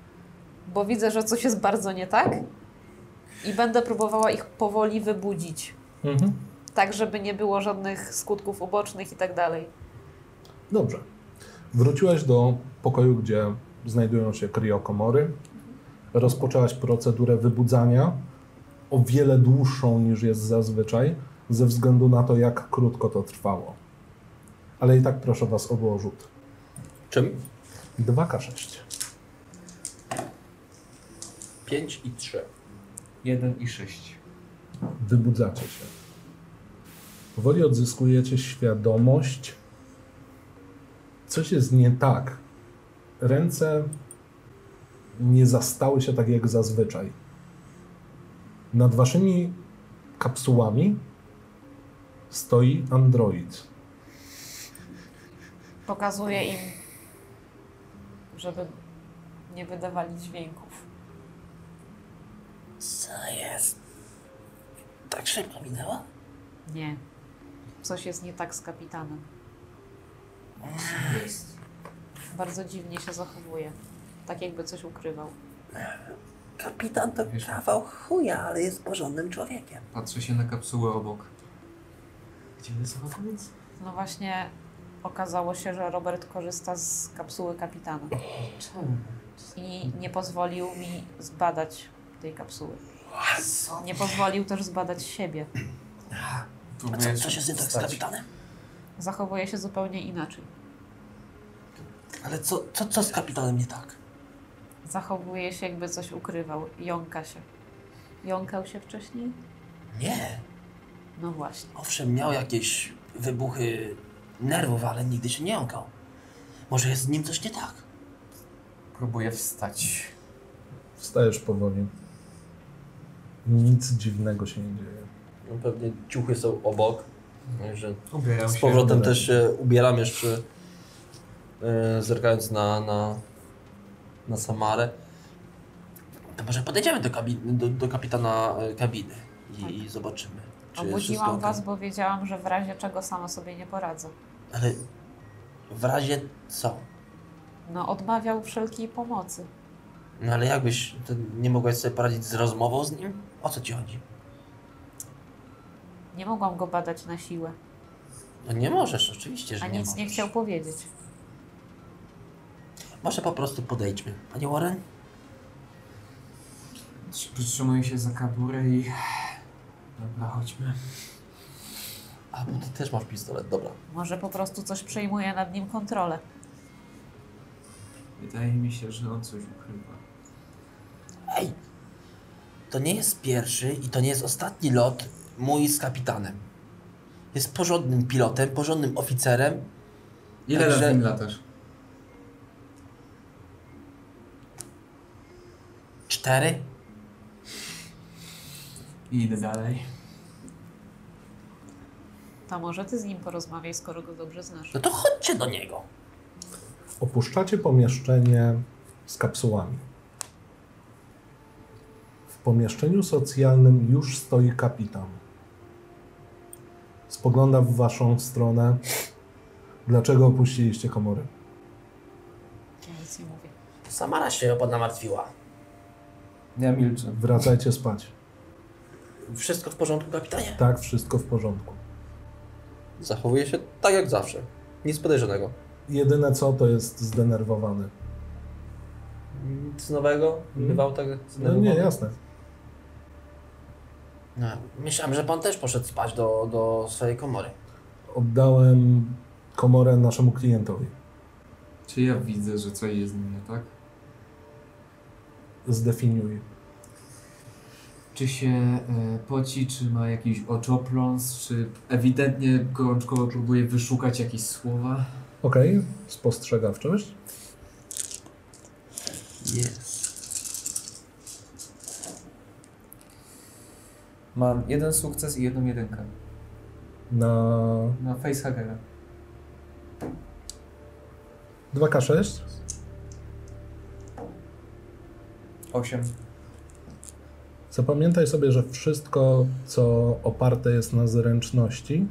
D: bo widzę, że coś jest bardzo nie tak. I będę próbowała ich powoli wybudzić.
A: Mhm.
D: Tak, żeby nie było żadnych skutków ubocznych i tak dalej.
A: Dobrze. Wróciłaś do pokoju, gdzie znajdują się kriokomory. Rozpoczęłaś procedurę wybudzania, o wiele dłuższą niż jest zazwyczaj, ze względu na to, jak krótko to trwało. Ale i tak proszę Was obu o rzut.
E: Czym?
A: 2K6.
E: 5 i 3.
C: Jeden i sześć.
A: Wybudzacie się. Powoli odzyskujecie świadomość. Coś jest nie tak. Ręce nie zastały się tak jak zazwyczaj. Nad waszymi kapsułami stoi android.
D: Pokazuję im, żeby nie wydawali dźwięków.
B: Co jest? Tak szybko minęło?
D: Nie. Coś jest nie tak z kapitanem.
B: Jest.
D: Bardzo dziwnie się zachowuje. Tak jakby coś ukrywał.
B: Kapitan to
C: Wiesz-
B: kawał chuja, ale jest porządnym człowiekiem.
C: Patrzę się na kapsułę obok. Gdzie wysoka koniec?
D: No właśnie okazało się, że Robert korzysta z kapsuły kapitana
C: Czemu?
D: i nie pozwolił mi zbadać tej kapsuły. Nie pozwolił też zbadać siebie.
B: A co, co się dzieje tak z
C: wstać.
B: kapitanem?
D: Zachowuje się zupełnie inaczej.
B: Ale co, co, co z kapitanem nie tak?
D: Zachowuje się jakby coś ukrywał, jąka się. Jąkał się wcześniej?
B: Nie.
D: No właśnie.
B: Owszem, miał jakieś wybuchy nerwów, ale nigdy się nie jąkał. Może jest z nim coś nie tak.
C: Próbuję wstać.
A: Wstajesz powoli. Nic dziwnego się nie dzieje.
E: No pewnie ciuchy są obok. Że
C: Ubieram
E: z powrotem
A: się.
E: też się ubieram jeszcze, e, zerkając na, na, na Samarę.
B: To może podejdziemy do, kabin- do, do kapitana e, kabiny i, i zobaczymy. Czy jest wszystko
D: Tak. Obudziłam
B: okej.
D: was, bo wiedziałam, że w razie czego sama sobie nie poradzę.
B: Ale w razie co?
D: No odmawiał wszelkiej pomocy.
B: No ale jakbyś, to nie mogłaś sobie poradzić z rozmową z nim? O co ci chodzi?
D: Nie mogłam go badać na siłę,
B: No nie możesz, oczywiście, że
D: a
B: nie
D: nic nie
B: możesz.
D: chciał powiedzieć.
B: Może po prostu podejdźmy. Panie Warren?
C: Przytrzymuję się za kaburę i... Dobra, chodźmy.
B: A, bo ty też masz pistolet, dobra.
D: Może po prostu coś przejmuje nad nim kontrolę.
C: Wydaje mi się, że on coś ukrywa.
B: Ej! To nie jest pierwszy i to nie jest ostatni lot mój z kapitanem. Jest porządnym pilotem, porządnym oficerem.
F: Ile
B: Także-
F: razy nim latasz?
B: Cztery?
C: I idę dalej.
D: To może ty z nim porozmawiaj, skoro go dobrze znasz.
B: No to chodźcie do niego.
A: Opuszczacie pomieszczenie z kapsułami. W pomieszczeniu socjalnym już stoi kapitan. Spogląda w waszą stronę. Dlaczego opuściliście komory?
D: Ja nic nie mówię.
B: Samara się o pana martwiła.
C: Ja milczę.
A: Wracajcie spać.
B: Wszystko w porządku, kapitanie?
A: Tak, wszystko w porządku.
E: Zachowuje się tak jak zawsze. Nic podejrzanego.
A: Jedyne co, to jest zdenerwowany. No
E: Nic nowego? Bywał tak
A: No nie, jasne.
B: No, myślałem, że pan też poszedł spać do, do swojej komory.
A: Oddałem komorę naszemu klientowi.
F: Czy ja widzę, że coś jest z nim nie tak?
A: Zdefiniuj.
F: Czy się e, poci, czy ma jakiś oczopląs, czy ewidentnie gorączkowo próbuje wyszukać jakieś słowa?
A: Okej, spostrzegawczość.
B: Jest.
C: Mam jeden sukces i jedną jedynkę.
A: Na
C: Na facehagera.
A: 2K6.
C: Osiem.
A: Zapamiętaj sobie, że wszystko, co oparte jest na zręczności,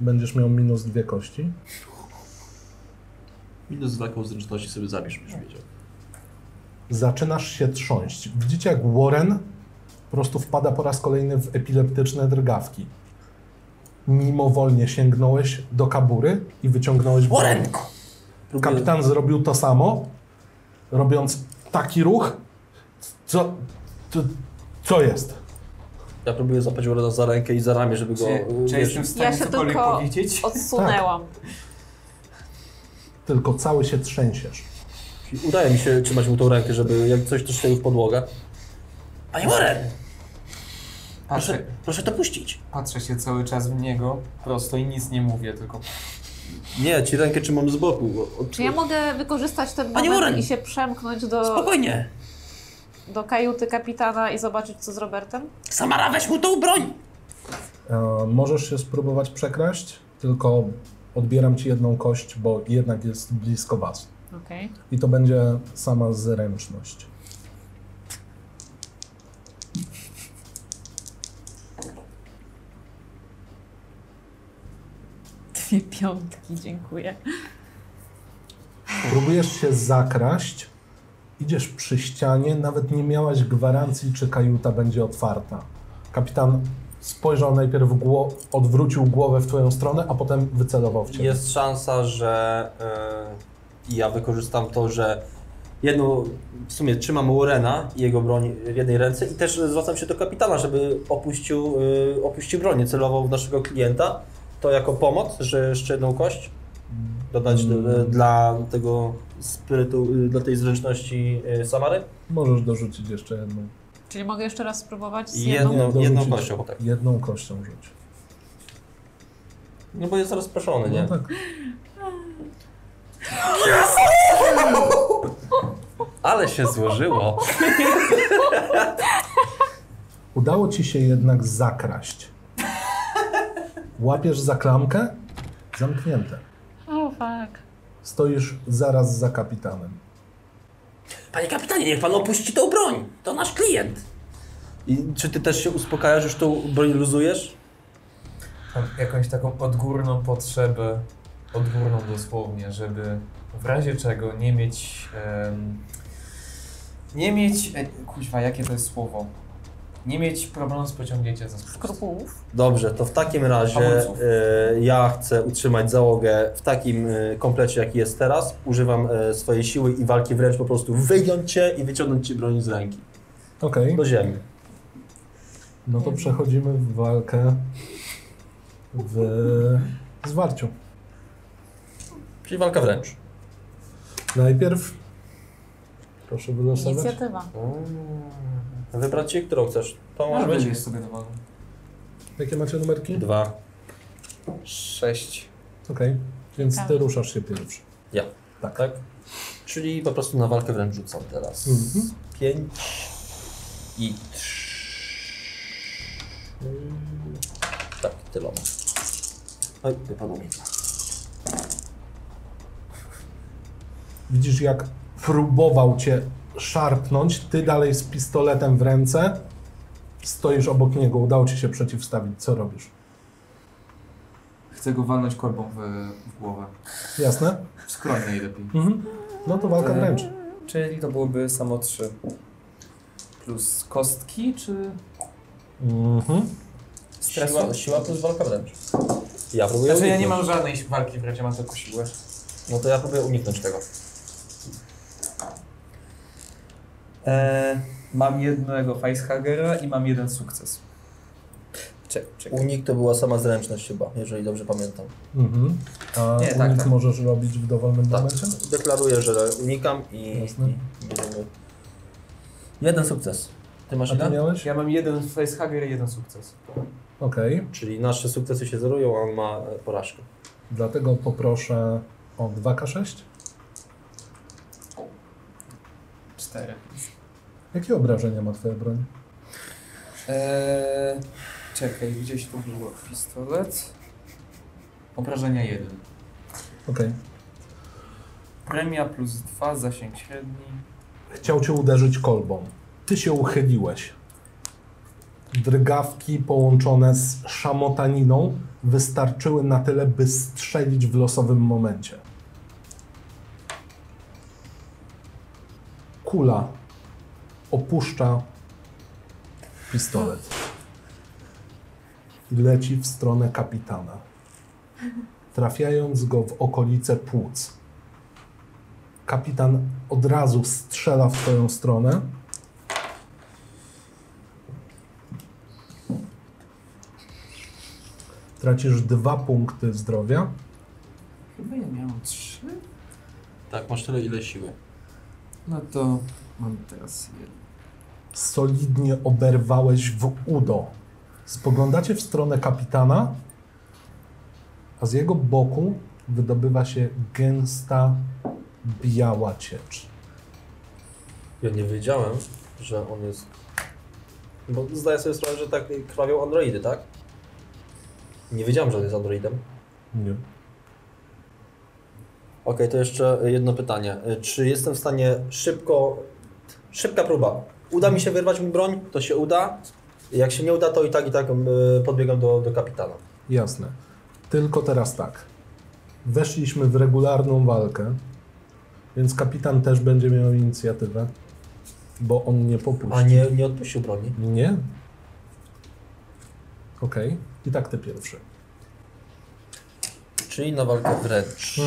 A: będziesz miał minus dwie kości.
E: Minus z taką zręczności sobie zabierz, byś wiedział.
A: Zaczynasz się trząść. Widzicie, jak Warren po prostu wpada po raz kolejny w epileptyczne drgawki. Mimowolnie sięgnąłeś do kabury i wyciągnąłeś broń.
B: Warren!
A: Kapitan zrobił to samo, robiąc taki ruch. Co, co, co jest?
E: Ja próbuję zapać Ureda za rękę i za ramię, żeby
C: Czy,
E: go...
C: czy
E: e, wiesz,
C: jestem w stanie
D: Ja się
C: cokolwiek
D: tylko-
B: Tak.
C: powiedzieć?
D: Odsunęłam.
A: Tylko cały się trzęsiesz.
E: Udaje mi się trzymać mu tą rękę, żeby jak coś to strzelił w podłogę.
B: Panie Warren!
C: Patrzę,
B: Proszę, proszę to puścić.
C: patrzę się cały czas w niego prosto i nic nie mówię, tylko
E: Nie, ci rękę trzymam z boku. bo-
D: Czy ja mogę wykorzystać ten
B: Panie
D: moment
B: Warren!
D: i się przemknąć do,
B: Spokojnie.
D: do kajuty kapitana i zobaczyć, co z Robertem?
B: Samara, weź mu tą broń!
A: E, możesz się spróbować przekraść, tylko odbieram ci jedną kość, bo jednak jest blisko was.
D: Okej.
A: I to będzie sama zręczność.
D: Dwie piątki, dziękuję.
A: Próbujesz się zakraść, idziesz przy ścianie, nawet nie miałaś gwarancji, czy kajuta będzie otwarta. Kapitan spojrzał najpierw, gło- odwrócił głowę w twoją stronę, a potem wycelował w ciebie.
E: Jest szansa, że e, ja wykorzystam to, że jedną, w sumie trzymam Warrena i jego broń w jednej ręce i też zwracam się do kapitana, żeby opuścił, e, opuścił broń, nie celował w naszego klienta. To jako pomoc, że jeszcze jedną kość dodać e,
C: Mm.
E: dla tego sprytu, e, dla tej zręczności e, Samary.
A: Możesz dorzucić jeszcze jedną.
D: Czyli mogę jeszcze raz spróbować z
E: Jedną-
D: jedną?
A: dorzucić.
E: jedną kością, tak.
A: Jedną kością rzuć.
E: No bo jest rozproszony, nie?
A: No tak.
E: Ale się złożyło.
A: Udało ci się jednak zakraść. Łapiesz za klamkę? Zamknięte.
D: O, fuck.
A: Stoisz zaraz za kapitanem.
B: Panie kapitanie, niech pan opuści tą broń. To nasz klient.
E: I czy ty też się uspokajasz, już tą broń luzujesz?
F: Mam jakąś taką odgórną potrzebę, odgórną dosłownie, żeby w razie czego nie mieć em,
C: Nie mieć... E, kuźwa, jakie to jest słowo? Nie mieć problemu z pociągnięciem za spust.
D: Skrupułów.
E: Dobrze, to w takim razie
C: Hamulców.
E: e, ja chcę utrzymać załogę w takim e, komplecie, jaki jest teraz. Używam e, swojej siły i walki wręcz po prostu wyjąć cię i wyciągnąć ci broń z ręki.
A: Okej,
E: Do ziemi.
A: no to przechodzimy w walkę w zwarciu.
E: Czyli walka wręcz.
A: Najpierw proszę wylosować.
D: Inicjatywa.
E: Mm. Wybrać ci, którą chcesz. To może
C: Może
E: być.
C: będziesz sobie dowolny.
A: Jakie macie numerki? Okej,
E: Dwa.
C: Sześć.
A: więc
D: Tak.
A: ty ruszasz się pierwszy.
E: Tak? Czyli po prostu na walkę wręcz rzucam teraz.
A: Mhm.
E: Pięć i trzy. Tak, tyloma. Oj, wypadło mi.
A: Widzisz, jak próbował cię szarpnąć, ty dalej z pistoletem w ręce, stoisz obok niego, udało ci się przeciwstawić. Co robisz?
F: Chcę go walnąć korbą w, w głowę.
A: Jasne?
F: W skroń najlepiej.
A: Mhm. No to walka
C: Mhm.
A: wręcz.
C: Czyli to byłoby samo trzy. Plus kostki, czy...
A: Mhm.
C: Stresu?
E: Siła, siła to jest walka wręcz. Ja próbuję
C: Znaczy ja nie
E: uniknąć.
C: mam żadnej walki w razie, mam tylko siłę.
E: No to ja próbuję uniknąć tego.
C: E, mam jednego facehagera i mam jeden sukces. Czek, czek.
E: Unik to była sama zręczność chyba, jeżeli dobrze pamiętam.
A: Mhm. A
C: Nie,
A: unik
C: tak, tak.
A: możesz robić w dowolnym
E: Tak.
A: momencie?
E: Deklaruję, że unikam i...
A: Jasne.
E: i będziemy- Jeden sukces. Ty masz
A: A ty
E: jeden?
A: miałeś?
C: Ja mam jeden facehager i jeden sukces.
A: Okej,
E: Czyli nasze sukcesy się zerują, a on ma e, porażkę.
A: dlatego poproszę o 2K6.
C: Cztery.
A: Jakie obrażenia ma twoja broń?
C: Eee, czekaj, gdzieś tu było pistolet.
F: Obrażenia jeden.
A: Okej.
C: Premia plus dwa, zasięg średni.
A: Chciał cię uderzyć kolbą. Ty się uchyliłeś. Drgawki połączone z szamotaniną wystarczyły na tyle, by strzelić w losowym momencie. Kula opuszcza pistolet i leci w stronę kapitana, trafiając go w okolice płuc kapitan od razu strzela w twoją stronę. Tracisz dwa punkty zdrowia.
F: Chyba ja miałem trzy.
E: Tak, masz tyle ile siły.
F: No to mam teraz jeden.
A: Solidnie oberwałeś w udo. Spoglądacie w stronę kapitana, a z jego boku wydobywa się gęsta, biała ciecz.
E: Ja nie wiedziałem, że on jest... Bo zdaję sobie sprawę, że tak krwawią androidy, tak? Nie wiedziałem, że on jest androidem.
A: Nie.
E: Okej, to jeszcze jedno pytanie. Czy jestem w stanie szybko, szybka próba. Uda mi się wyrwać mi broń, to się uda. Jak się nie uda, to i tak, i tak y, podbiegam do, do kapitana.
A: Jasne. Tylko teraz tak. Weszliśmy w regularną walkę, więc kapitan też będzie miał inicjatywę, bo on nie
E: A
A: popuści.
E: nie, nie odpuścił broni.
A: Nie? Okej. I tak ty pierwszy.
E: Czyli na walkę wręcz.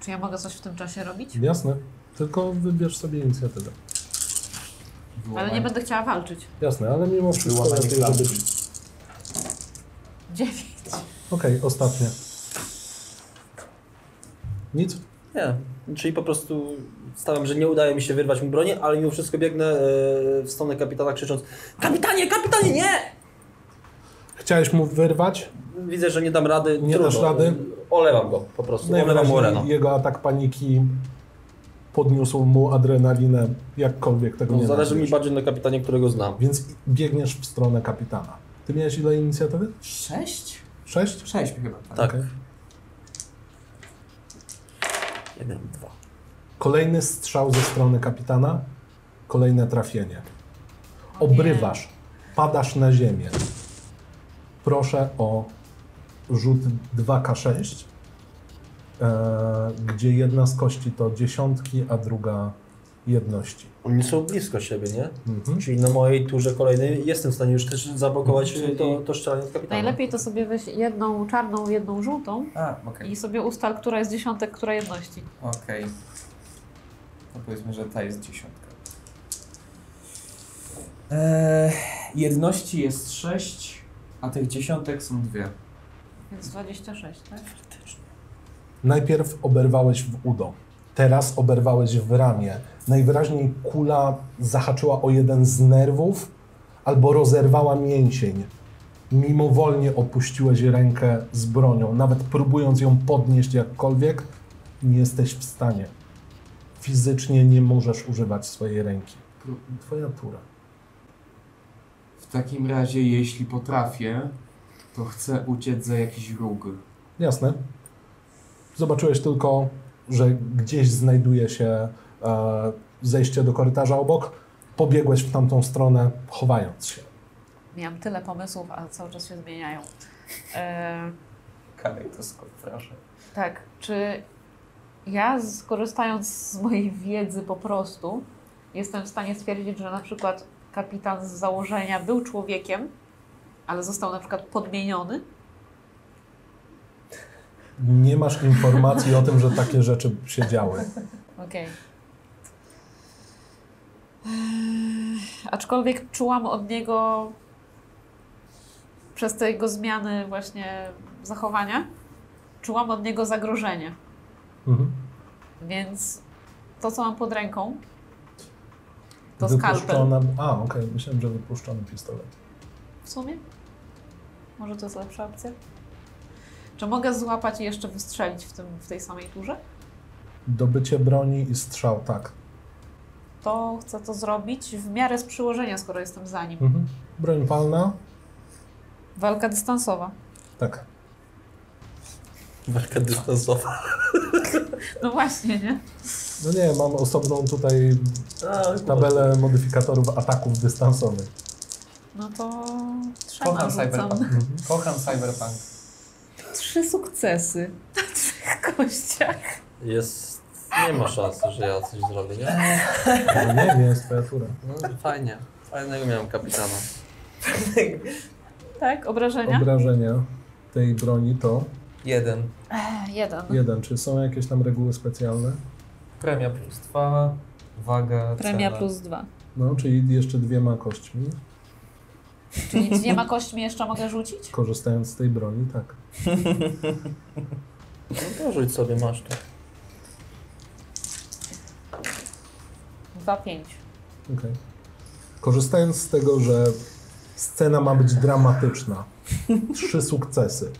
D: Czy ja mogę coś w tym czasie robić?
A: Jasne. Tylko wybierz sobie inicjatywę.
D: Ale nie będę chciała walczyć.
A: Jasne, ale mimo wszystko
E: Wyłamanie
A: lepiej, żeby...
E: klamki.
A: Okej,
D: Dziewięć.
A: ostatnie. Nic?
E: Nie. Czyli po prostu stawiam, że nie udaje mi się wyrwać mu broni, ale mimo wszystko biegnę y, w stronę kapitana krzycząc Kapitanie, kapitanie, nie!
A: Chciałeś mu wyrwać?
E: Widzę, że nie dam rady.
A: Nie
E: trudno.
A: dasz rady?
E: Olewam go po prostu. Olewam mu
A: Najwyraźniej
E: Oreno.
A: jego atak paniki podniósł mu adrenalinę, jakkolwiek tego
E: No,
A: nie
E: zależy mi
A: nazwiesz.
E: bardziej na kapitanie, którego znam.
A: Więc biegniesz w stronę kapitana. Ty miałeś ile inicjatywy?
F: Sześć?
A: Sześć?
F: Sześć chyba. Tak.
E: Tak.
A: Okej.
E: Jeden, dwa.
A: Kolejny strzał ze strony kapitana, kolejne trafienie.
D: O nie.
A: Obrywasz, padasz na ziemię. Proszę o rzut 2K6, e, gdzie jedna z kości to dziesiątki, a druga jedności.
E: Oni są blisko siebie, nie?
A: Mhm.
E: Czyli na mojej turze kolejnej jestem w stanie już też zablokować
A: Mhm.
C: Czyli-
E: to, to strzelanie od kapitana.
D: Najlepiej to sobie weź jedną czarną, jedną żółtą
C: A, okej.
D: i sobie ustal, która jest dziesiątek, która jedności.
C: Okej. To powiedzmy, że ta jest dziesiątka. Eee, jedności jest sześć, a tych dziesiątek są dwie.
D: Więc 26, tak?
A: Najpierw oberwałeś w udo, teraz oberwałeś w ramię. Najwyraźniej kula zahaczyła o jeden z nerwów albo rozerwała mięsień. Mimowolnie opuściłeś rękę z bronią, nawet próbując ją podnieść jakkolwiek, nie jesteś w stanie. Fizycznie nie możesz używać swojej ręki. Twoja tura.
F: W takim razie, jeśli potrafię, to chcę uciec za jakiś róg.
A: Jasne. Zobaczyłeś tylko, że gdzieś znajduje się e, zejście do korytarza obok. Pobiegłeś w tamtą stronę, chowając się.
D: Miałam tyle pomysłów, a cały czas się zmieniają. E,
C: Kalejdoskop, proszę.
D: tak, czy ja z- korzystając z mojej wiedzy po prostu jestem w stanie stwierdzić, że na przykład kapitan z założenia był człowiekiem, ale został na przykład podmieniony?
A: Nie masz informacji o tym, że takie rzeczy się działy.
D: Okej. Eee, Aczkolwiek czułam od niego przez te jego zmiany właśnie zachowania, czułam od niego zagrożenie.
A: Mhm.
D: Więc to, co mam pod ręką, to skalpel.
A: Wypuszczone. A, okej, myślałem, że wypuszczony pistolet.
D: W sumie? Może to jest lepsza opcja? Czy mogę złapać i jeszcze wystrzelić w, tym, w tej samej turze?
A: Dobycie broni i strzał, tak.
D: To chcę to zrobić w miarę z przyłożenia, skoro jestem za nim.
A: Mhm. Broń palna,
D: Walka dystansowa.
A: tak.
E: Walka dystansowa.
D: No właśnie, nie?
A: No nie, mam osobną tutaj tabelę modyfikatorów ataków dystansowych.
D: No to trzema
C: Kocham
D: rzucam.
C: cyberpunk. Kocham cyberpunk.
D: Trzy sukcesy na trzech kościach.
E: Jest... Nie ma szansy, że ja coś zrobię, nie?
A: No nie, nie jest twoja tura.
E: No, fajnie. Fajnego miałem kapitana.
D: Tak, obrażenia?
A: Obrażenia tej broni to
C: Jeden.
D: Ech, jeden.
A: Jeden. Czy są jakieś tam reguły specjalne?
C: Premia plus dwa. Waga,
D: Premia
C: cena.
D: plus dwa.
A: No, czyli jeszcze dwiema kośćmi,
D: Czyli nie ma kośćmi jeszcze mogę rzucić?
A: korzystając z tej broni, tak.
E: No to rzuć sobie, masz to.
D: Dwa, pięć.
A: Okej. Korzystając z tego, że scena ma być dramatyczna, trzy sukcesy.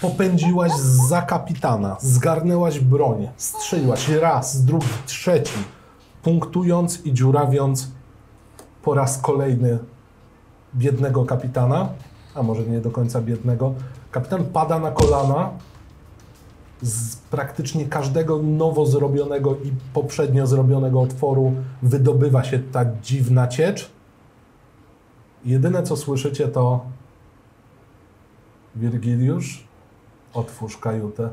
A: Popędziłaś za kapitana, zgarnęłaś broń, strzeliłaś raz, drugi, trzeci, punktując i dziurawiąc po raz kolejny biednego kapitana, a może nie do końca biednego. Kapitan pada na kolana, z praktycznie każdego nowo zrobionego i poprzednio zrobionego otworu wydobywa się ta dziwna ciecz. Jedyne co słyszycie to Wirgiliusz, otwórz kajutę.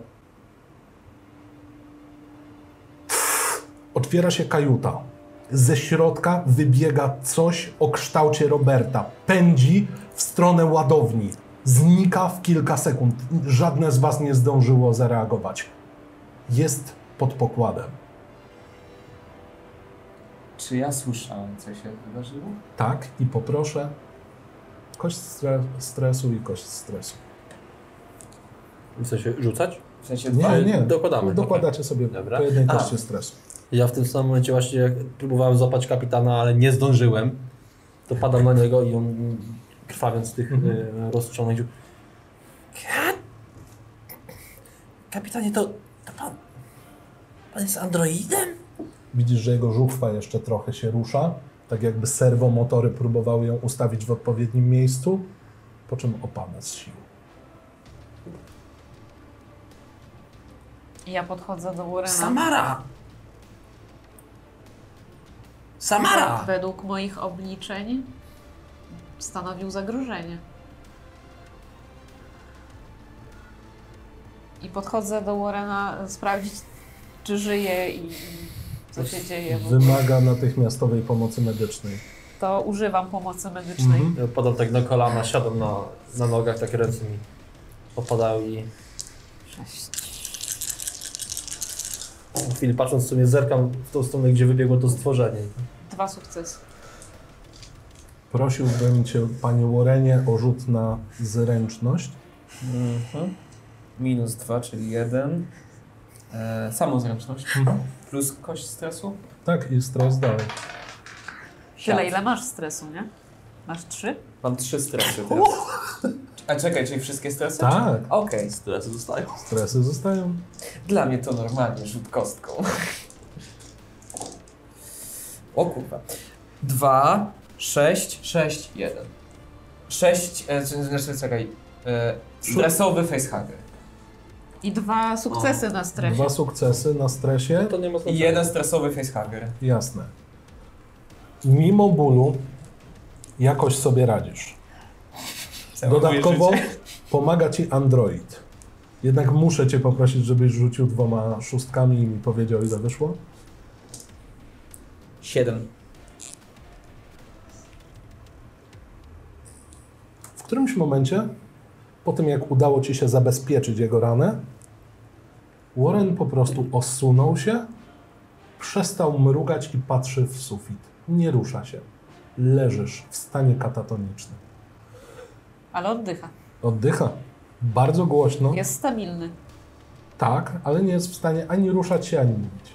A: Otwiera się kajuta. Ze środka wybiega coś o kształcie Roberta. Pędzi w stronę ładowni. Znika w kilka sekund. Żadne z was nie zdążyło zareagować. Jest pod pokładem.
F: Czy ja słyszałem, co się wydarzyło?
A: Tak, i poproszę. Kość stre- stresu i kość stresu.
E: Chcę się rzucać?
F: W sensie dwa.
A: Nie, nie.
E: Dokładamy.
A: Dokładacie sobie
E: Dobra.
A: po jednej
E: A.
A: kości stresu.
E: Ja w tym samym momencie właśnie jak próbowałem złapać kapitana, ale nie zdążyłem, to padam na niego i on mm, krwawiąc z tych
A: Mhm.
E: mhm. rozstrzonych dziur. Ka- Kapitanie, to, to pan... Pan jest androidem?
A: Widzisz, że jego żuchwa jeszcze trochę się rusza, tak jakby serwomotory próbowały ją ustawić w odpowiednim miejscu, po czym opada z sił.
D: I ja podchodzę do Urena.
B: Samara! Samara!
D: Według moich obliczeń stanowił zagrożenie. I podchodzę do Warrena sprawdzić, czy żyje i i co się dzieje. bo
A: Wymaga natychmiastowej pomocy medycznej.
D: To używam pomocy medycznej.
E: Ja padam tak na kolana, siadam na, na nogach, takie ręce mi opadały i
D: Sześć.
E: po chwili patrząc w sumie zerkam w tą stronę, gdzie wybiegło to stworzenie.
D: Dwa sukcesy.
A: Prosiłbym Cię, Panie Warrenie, o rzut na zręczność.
F: Mhm. Minus dwa, czyli jeden. E, samozręczność. Plus kość stresu.
A: Tak, i stres dalej.
D: Tyle, ile masz stresu, nie? Masz trzy?
F: Mam trzy stresy teraz. A czekaj, czyli wszystkie stresy?
A: Tak,
F: Czy- Okej.
E: Stresy zostają.
A: stresy zostają.
F: Dla mnie to normalnie rzut kostką. O kurwa. Dwa, sześć, sześć, jeden. Sześć, e, czy- znaczy czekaj. E, stresowy facehacker.
D: I dwa sukcesy na stresie.
A: Dwa sukcesy na stresie.
E: To nie ma
F: I
E: znaczenia.
F: jeden stresowy facehacker.
A: Jasne. Mimo bólu jakoś sobie radzisz. Dodatkowo pomaga ci Android. Jednak muszę cię poprosić, żebyś rzucił dwoma szóstkami i mi powiedział, ile wyszło.
F: Siedem.
A: W którymś momencie, po tym jak udało ci się zabezpieczyć jego ranę, Warren po prostu osunął się, przestał mrugać i patrzy w sufit. Nie rusza się. Leżysz w stanie katatonicznym.
D: Ale oddycha.
A: Oddycha. Bardzo głośno.
D: Jest stabilny.
A: Tak, ale nie jest w stanie ani ruszać się, ani mówić.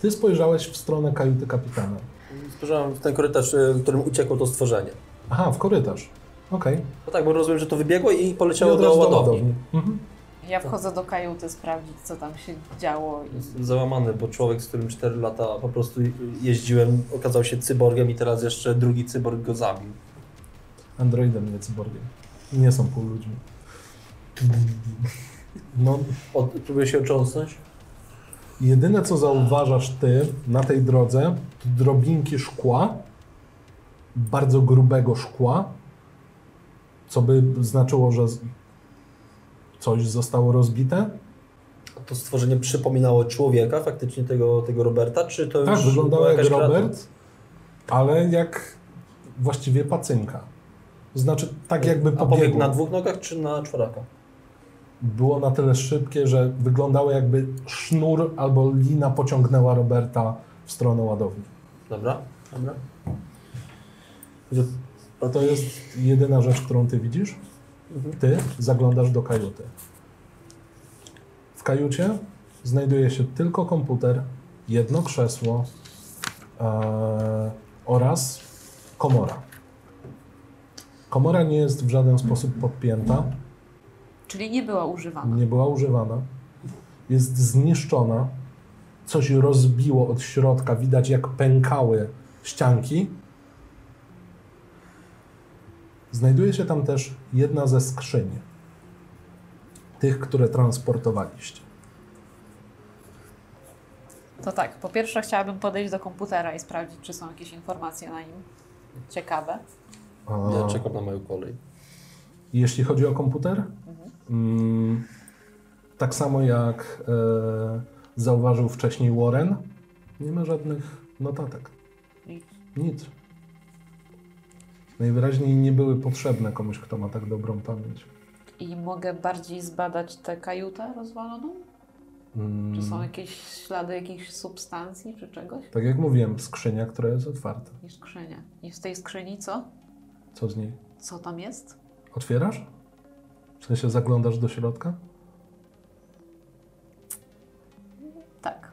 A: Ty spojrzałeś w stronę kajuty kapitana.
E: Spojrzałem w ten korytarz, y, w którym uciekło to stworzenie.
A: Aha, w korytarz. Okej.
E: No tak, bo rozumiem, że to wybiegło i
A: I
E: poleciało
A: od
E: do
A: razu do
E: ładowni.
A: Mhm.
D: Ja wchodzę do kajuty sprawdzić, co tam się działo. I...
E: Jestem załamany, bo człowiek, z którym 4 lata po prostu jeździłem, okazał się cyborgiem i teraz jeszcze drugi cyborg go zabił.
A: Androidem, nie cyborgiem. Nie są pół ludźmi. No,
E: Od, próbuję się otrząsnąć.
A: jedyne co zauważasz ty na tej drodze, to drobinki szkła, bardzo grubego szkła, co by znaczyło, że z- coś zostało rozbite.
E: A To stworzenie przypominało człowieka, faktycznie tego, tego Roberta, czy to
A: Tak,
E: już
A: wyglądał
E: była
A: jak
E: jakaś kreatura?
A: Robert, ale jak właściwie pacynka. Znaczy, tak jakby
E: A pobiegł
A: pobiegł.
E: na dwóch nogach, czy na czworaka?
A: Było na tyle szybkie, że wyglądało jakby sznur albo lina pociągnęła Roberta w stronę ładowni.
E: Dobra, dobra.
A: A to jest jedyna rzecz, którą ty widzisz. Ty zaglądasz do kajuty. W kajucie znajduje się tylko komputer, jedno krzesło e, oraz komora. Komora nie jest w żaden sposób podpięta,
D: Czyli nie była używana.
A: nie była używana, jest zniszczona, coś rozbiło od środka, widać jak pękały ścianki. Znajduje się tam też jedna ze skrzyń, tych, które transportowaliście.
D: To tak, po pierwsze chciałabym podejść do komputera i sprawdzić, czy są jakieś informacje na nim ciekawe.
A: A
E: Ja czekam na moją kolej.
A: Jeśli chodzi o komputer, mm, tak samo jak e, zauważył wcześniej Warren, nie ma żadnych notatek.
D: Nic.
A: Nic. Najwyraźniej nie były potrzebne komuś, kto ma tak dobrą pamięć.
D: I mogę bardziej zbadać tę kajutę rozwaloną?
A: Mm,
D: Czy są jakieś ślady jakiejś substancji czy czegoś?
A: tak jak mówiłem, skrzynia, która jest otwarta.
D: I skrzynia. I w tej skrzyni co?
A: Co z niej?
D: Co tam jest?
A: Otwierasz? W sensie zaglądasz do środka?
D: Tak.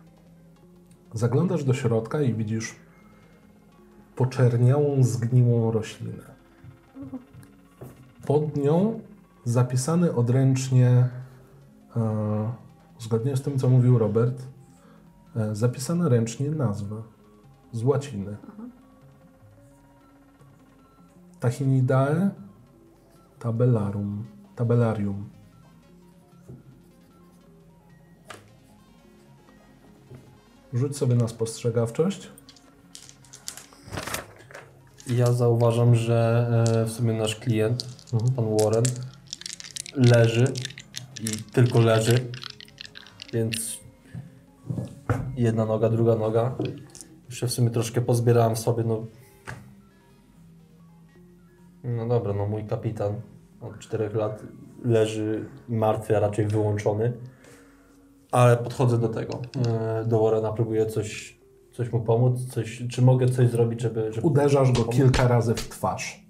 A: Zaglądasz do środka i widzisz poczerniałą, zgniłą roślinę. Pod nią zapisany odręcznie, e, zgodnie z tym, co mówił Robert, e, zapisana ręcznie nazwa z łaciny. Tachinidae tabellarum, tabellarium. Rzuć sobie na spostrzegawczość.
E: Ja zauważam, że e, w sumie nasz klient,
A: Mhm.
E: pan Warren, leży i tylko leży, więc Jedna noga, druga noga. Jeszcze w sumie troszkę pozbierałem w sobie, no... No dobra, no mój kapitan od czterech lat leży martwy, a raczej wyłączony. Ale podchodzę do tego, e, do Warrena, próbuję coś, coś mu pomóc, coś, czy mogę coś zrobić, żeby... żeby
A: Znaczy, Uderzasz go
E: pomóc?
A: kilka razy w twarz.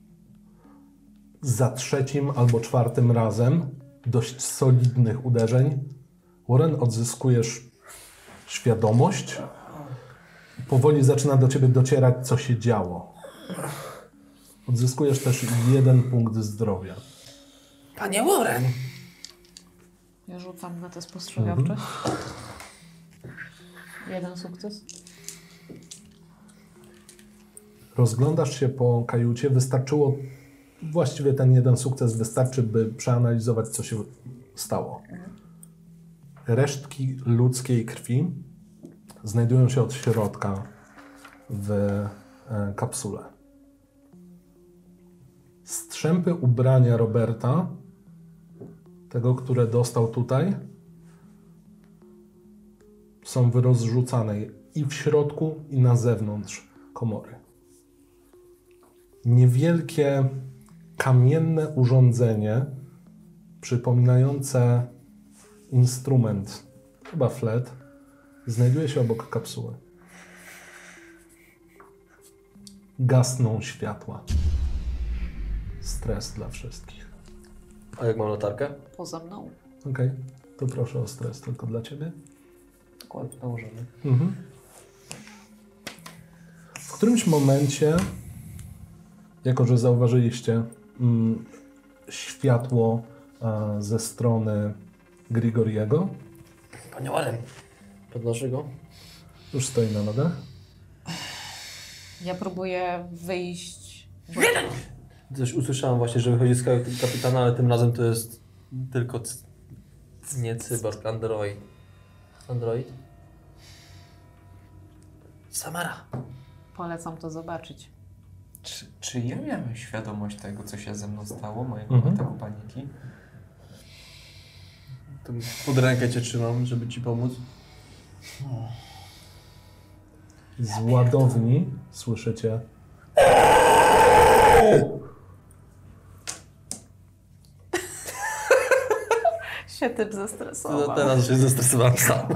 A: Za trzecim albo czwartym razem, dość solidnych uderzeń, Warren odzyskujesz świadomość. Powoli zaczyna do ciebie docierać, co się działo. Odzyskujesz też jeden punkt zdrowia.
B: Panie Warren!
D: Ja rzucam na te spostrzegawcze. Jeden sukces.
A: Rozglądasz się po kajucie, wystarczyło właściwie ten jeden sukces wystarczy, by przeanalizować, co się stało. Resztki ludzkiej krwi znajdują się od środka w e, kapsule. Strzępy ubrania Roberta, tego, które dostał tutaj, są wyrozrzucane i w środku, i na zewnątrz komory niewielkie kamienne urządzenie przypominające instrument, chyba flet, znajduje się obok kapsuły. Gasną światła. Stres dla wszystkich.
E: A jak mam latarkę?
D: Poza mną.
A: Okej, to proszę o stres tylko dla ciebie.
F: Dokładnie nałożony.
A: Mhm. W którymś momencie, jako że zauważyliście mm, światło e, ze strony Grigoriego,
B: Panie Warren!
E: Podnoszę go.
A: już stoi na nogach,
D: Ja próbuję wyjść. Bo...
E: Też usłyszałem właśnie, że wychodzi z ka- kapitana, ale tym razem to jest tylko c- nie cyborg, android. Android?
B: Samara!
D: Polecam to zobaczyć.
C: Czy, czy ja miałem świadomość tego, co się ze mną stało, mojego
A: Mhm.
C: ataku paniki?
E: To Pod rękę cię trzymam, żeby ci pomóc.
A: z ładowni słyszycie
D: Się typ
E: No,
D: zestresował.
E: teraz się zestresowałem sam.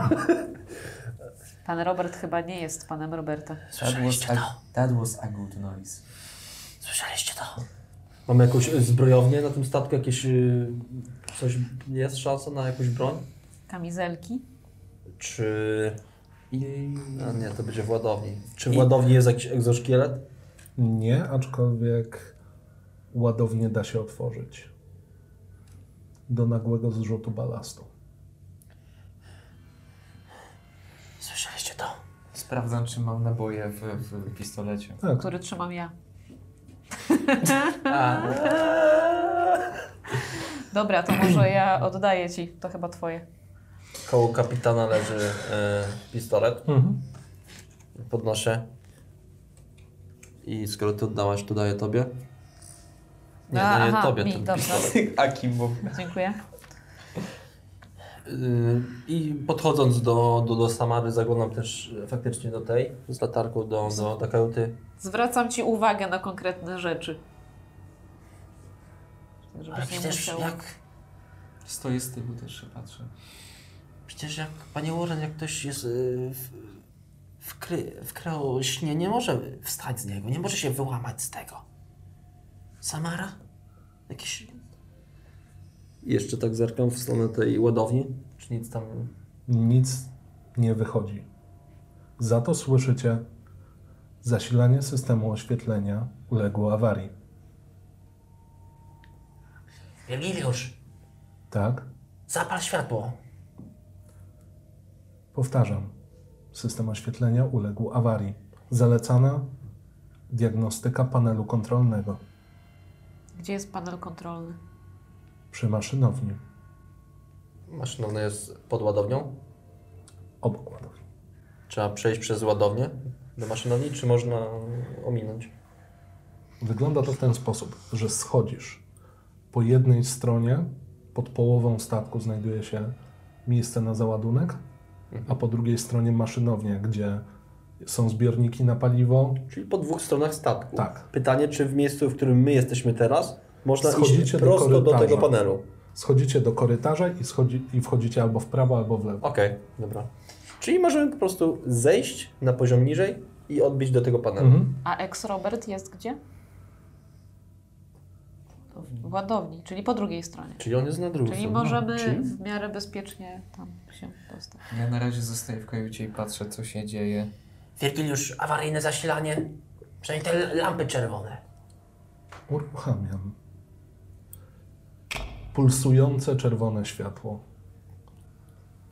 D: Pan Robert chyba nie jest panem Roberta.
C: That was,
B: Słyszeliście to?
C: a, that was a good noise.
B: Słyszeliście to?
E: Mamy jakąś y, zbrojownię na tym statku, jakieś y, coś, jest szansa na jakąś broń?
D: Kamizelki.
E: Czy... A nie, to będzie w ładowni. Czy w ładowni jest jakiś egzoszkielet?
A: nie, aczkolwiek ładownie da się otworzyć do nagłego zrzutu balastu.
B: Słyszeliście to?
C: Sprawdzam, czy mam naboje w, w pistolecie.
A: Tak,
D: który trzymam ja. Dobra, to może ja oddaję ci. To chyba twoje.
E: Koło kapitana leży y, pistolet.
A: mhm.
E: Podnoszę. I skoro ty oddałaś, to daję tobie. Nie,
D: A,
E: daję
D: aha,
E: tobie
D: mi,
E: ten
D: dobrze.
E: pistolet.
C: Akimow.
D: Dziękuję.
E: Y, I podchodząc do, do, do Samary, zaglądam też y, faktycznie do tej, z latarką do, do, do kajuty.
D: Zwracam ci uwagę na konkretne rzeczy.
B: Ale
D: Żebyś nie
B: przecież
D: musiał.
B: jak...
C: Stoję z tyłu, też się patrzę.
B: Przecież jak... Panie Warren, jak ktoś jest... y, W, wkry, wkrył śnie, nie może wstać z niego, nie może się wyłamać z tego. Samara? Jakiś...
E: Jeszcze tak zerkam w stronę tej ładowni, czy nic tam...
A: nic nie wychodzi. Za to słyszycie, zasilanie systemu oświetlenia uległo awarii.
B: Wigiliusz,
A: Tak,
B: zapal światło.
A: powtarzam, system oświetlenia uległ awarii. Zalecana diagnostyka panelu kontrolnego
D: Gdzie jest panel kontrolny?
A: przy maszynowni,
E: Maszynowna jest pod ładownią.
A: obok ładowni.
E: Trzeba przejść przez ładownię do maszynowni, czy można ominąć?
A: Wygląda to w ten sposób, że schodzisz. Po jednej stronie, pod połową statku, znajduje się miejsce na załadunek, a po drugiej stronie maszynownia, gdzie są zbiorniki na paliwo.
E: Czyli po dwóch stronach statku.
A: Tak.
E: Pytanie, czy w miejscu, w którym my jesteśmy teraz, można iść
A: Schodzicie do
E: prosto do,
A: korytarza.
E: tego panelu.
A: Schodzicie do korytarza i, schodzi, i wchodzicie albo w prawo, albo w lewo.
E: Okej, dobra. Czyli możemy po prostu zejść na poziom niżej i odbić do tego panelu.
A: Mhm.
D: A ex-Robert jest gdzie?
A: Mm.
D: W ładowni, czyli po drugiej stronie.
E: Czyli on jest na drugim.
D: Czyli
A: No,
D: możemy
E: Czyli?
D: w miarę bezpiecznie tam się dostać.
C: Ja na razie zostaję w kajucie i patrzę, co się dzieje.
B: Wirgiliusz, awaryjne zasilanie. Przynajmniej te l- lampy czerwone.
A: Uruchamiam. Pulsujące czerwone światło.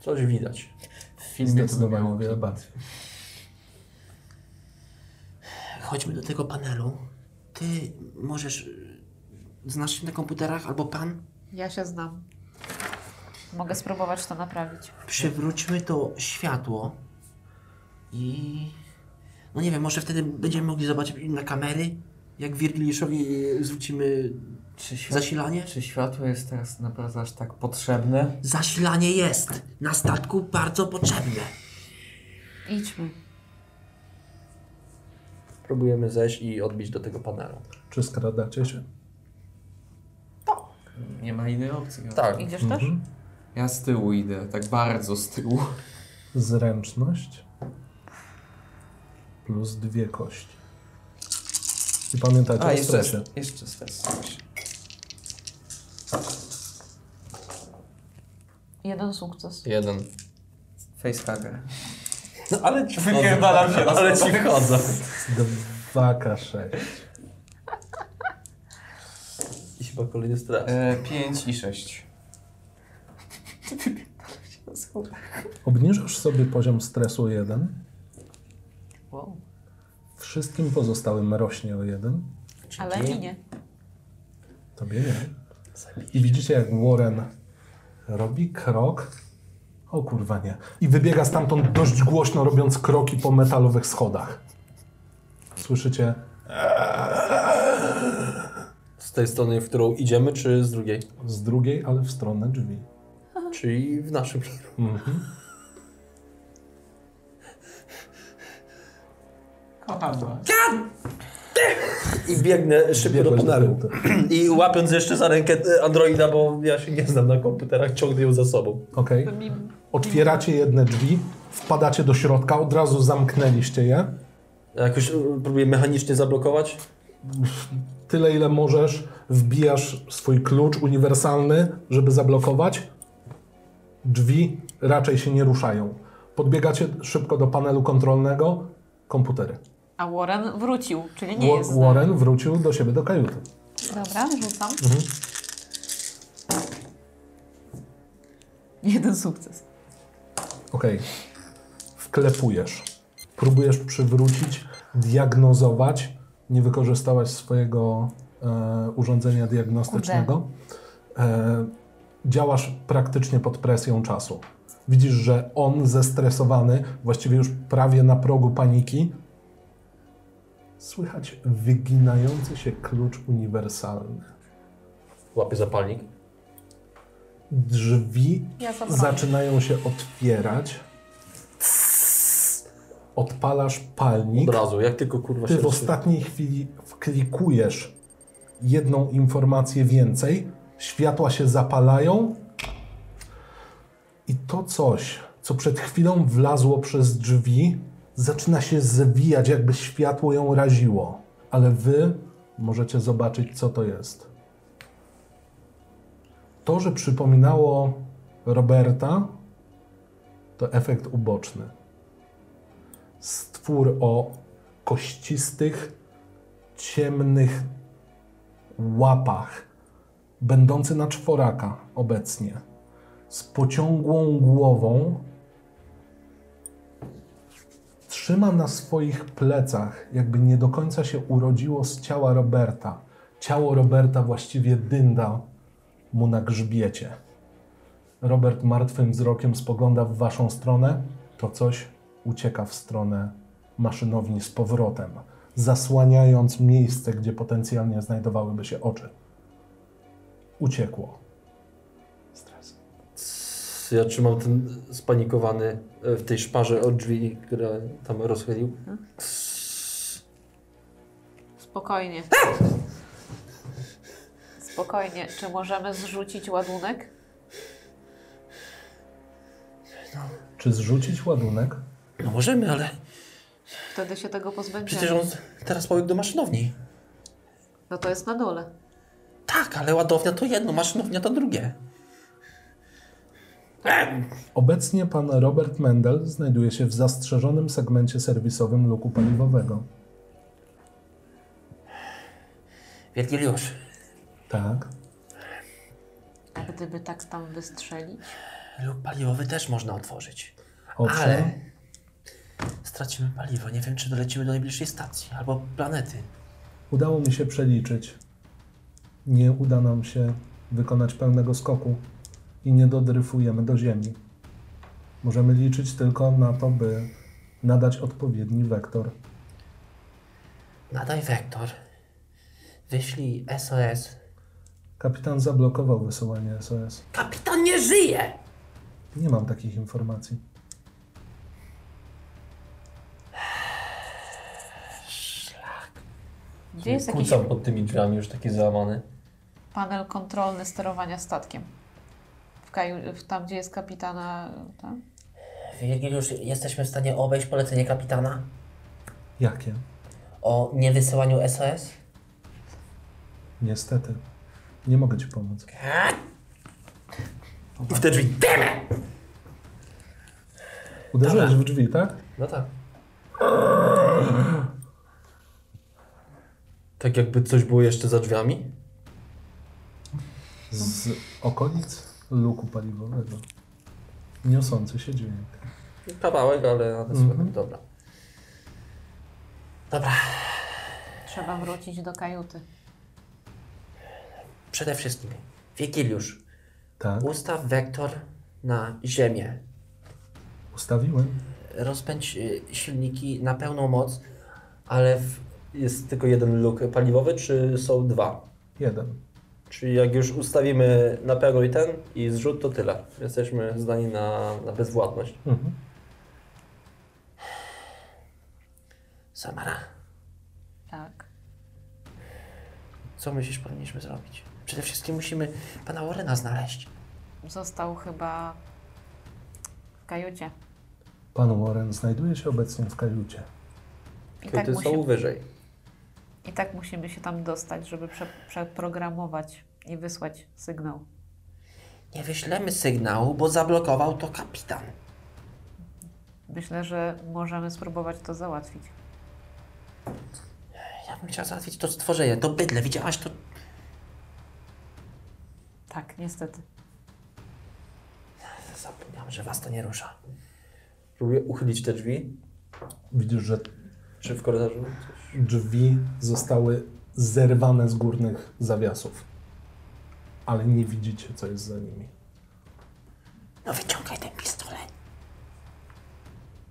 E: Coś widać.
C: W
A: Zdecydowanie wiele bardziej.
B: Chodźmy do tego panelu. Ty możesz... y, Znasz się na komputerach albo pan?
D: Ja się znam. Mogę spróbować to naprawić.
B: Przywróćmy to światło i... No nie wiem, może wtedy będziemy mogli zobaczyć na kamery, jak Wirgiliuszowi y, zwrócimy
F: Czy, świat...
B: zasilanie?
F: Czy światło jest teraz naprawdę aż tak potrzebne?
B: Zasilanie jest na statku bardzo potrzebne.
D: Idźmy.
E: Próbujemy zejść i odbić do tego panelu.
A: Czy skradacie się?
C: Nie ma innej opcji. no.
E: Tak.
D: Idziesz też?
A: Mhm.
C: Ja z tyłu idę, tak bardzo z tyłu.
A: Zręczność plus dwie kości. I pamiętajcie
C: A,
A: o
C: jeszcze,
A: stresie.
C: jeszcze stres.
D: Jeden sukces.
E: Jeden.
C: Facehugger.
E: No, ale ci
C: Wypierdalam się na
E: Ale ci
C: stopę.
E: wchodzą.
A: 2K6.
E: I chyba kolejny stres.
C: E, 5 i 6.
A: Obniżasz sobie poziom stresu o jeden.
D: Wow.
A: Wszystkim pozostałym rośnie o jeden.
D: Ale mi nie.
A: Tobie nie. I widzicie, jak Warren robi krok. O kurwa nie. I wybiega stamtąd dość głośno, robiąc kroki po metalowych schodach. Słyszycie?
E: Z tej strony, w którą idziemy, czy z drugiej?
A: Z drugiej, ale w stronę drzwi.
E: Czyli w naszym kierunku.
A: Mhm.
E: I biegnę szybko do
A: Biegłeś do
E: panelu.
A: punktu.
E: I łapiąc jeszcze za rękę e, Androida, bo ja się nie znam na komputerach, ciągnę ją za sobą.
A: Okej.
D: Mim-
A: Otwieracie jedne drzwi, wpadacie do środka, od razu zamknęliście je.
E: Jakoś e, próbuję mechanicznie zablokować.
A: Tyle, ile możesz, wbijasz swój klucz uniwersalny, żeby zablokować. Drzwi raczej się nie ruszają. Podbiegacie szybko do panelu kontrolnego. Komputery.
D: A Warren wrócił, czyli nie jest. z
A: Wa-
D: nami.
A: Warren Mhm. wrócił do siebie do kajuty.
D: Dobra, rzucam. Jeden sukces.
A: Okej. Wklepujesz. Próbujesz przywrócić, diagnozować, nie wykorzystałaś swojego e, urządzenia diagnostycznego. E, działasz praktycznie pod presją czasu. Widzisz, że on zestresowany, właściwie już prawie na progu paniki, słychać wyginający się klucz uniwersalny.
E: Łapię zapalnik.
A: Drzwi
D: Ja zapalę.
A: zaczynają się otwierać. Odpalasz palnik.
E: Od razu, jak tylko kurwa
A: Ty
E: się...
A: w ostatniej chwili wklikujesz jedną informację więcej. Światła się zapalają. I to coś, co przed chwilą wlazło przez drzwi, zaczyna się zwijać, jakby światło ją raziło. Ale wy możecie zobaczyć, co to jest. To, że przypominało Roberta, to efekt uboczny. Stwór o kościstych, ciemnych łapach, będący na czworaka obecnie, z pociągłą głową, trzyma na swoich plecach, jakby nie do końca się urodziło z ciała Roberta. Ciało Roberta właściwie dynda mu na grzbiecie. Robert martwym wzrokiem spogląda w waszą stronę. To coś ucieka w stronę maszynowni z powrotem, zasłaniając miejsce, gdzie potencjalnie znajdowałyby się oczy. Uciekło. Stres.
E: więc ja trzymam ten spanikowany e, w tej szparze od drzwi, które tam rozchylił.
D: Spokojnie. Spokojnie. Czy możemy zrzucić ładunek?
A: Czy zrzucić ładunek?
E: No możemy, ale
D: Wtedy się tego pozbędziemy.
E: przecież on teraz pobiegł do maszynowni.
D: No to jest na dole.
E: Tak, ale ładownia to jedno, maszynownia to drugie.
A: Obecnie pan Robert Mendel znajduje się w zastrzeżonym segmencie serwisowym luku paliwowego.
E: Wiergiliusz,
A: Tak.
D: A gdyby tak tam wystrzelić?
E: lub paliwowy też można otworzyć.
A: Owszem.
E: Ale stracimy paliwo. Nie wiem, czy dolecimy do najbliższej stacji albo planety.
A: Udało mi się przeliczyć. Nie uda nam się wykonać pełnego skoku i nie dodryfujemy do Ziemi. Możemy liczyć tylko na to, by nadać odpowiedni wektor.
E: Nadaj wektor. Wyślij SOS.
A: Kapitan zablokował wysyłanie SOS.
E: Kapitan nie żyje!
A: Nie mam takich informacji.
D: Gdzie jest jakiś
E: Kucam pod tymi drzwiami już taki załamany.
D: panel kontrolny sterowania statkiem? W kaju, w- tam, gdzie jest kapitana... Tam?
B: Wigiliusz, jesteśmy w stanie obejść polecenie kapitana
A: Jakie?
B: o niewysyłaniu SOS?
A: Niestety. Nie mogę ci pomóc.
B: Tak.
E: W te drzwi.
A: Uderzyłeś w drzwi, tak?
E: No tak. Tak jakby coś było jeszcze za drzwiami?
A: Z okolic luku paliwowego. Niosący się dźwięk.
E: Kawałek, ale ale
A: Mhm.
E: słychać. Dobra.
D: Trzeba wrócić do kajuty.
B: Przede wszystkim, Wigiliusz,
A: Tak,
B: ustaw wektor na ziemię.
A: ustawiłem.
B: Rozpędź y, silniki na pełną moc,
E: Ale w... jest tylko jeden luk paliwowy, czy są dwa?
A: Jeden.
E: Czyli jak już ustawimy na pewno i ten, i zrzut, to tyle. Jesteśmy zdani na, na bezwładność.
A: Mhm.
B: Samara.
D: Tak.
B: Co myślisz, powinniśmy zrobić? Przede wszystkim musimy pana Warrena znaleźć.
D: Został chyba w kajucie.
A: Pan Warren znajduje się obecnie w kajucie.
D: I tak,
E: Kiedy
D: musi,
E: są wyżej.
D: I tak musimy się tam dostać, żeby prze, przeprogramować i wysłać sygnał.
B: Nie wyślemy sygnału, bo zablokował to kapitan.
D: Myślę, że możemy spróbować to załatwić.
B: Ja bym chciał załatwić to stworzenie, to bydle, widziałaś to?
D: Tak, niestety.
B: Zapomniałam, że was to nie rusza.
E: Próbuję uchylić te drzwi,
A: Widzisz, że
E: czy w korytarzu coś.
A: drzwi zostały zerwane z górnych zawiasów. Ale nie widzicie, co jest za nimi.
B: No wyciągaj ten pistolet.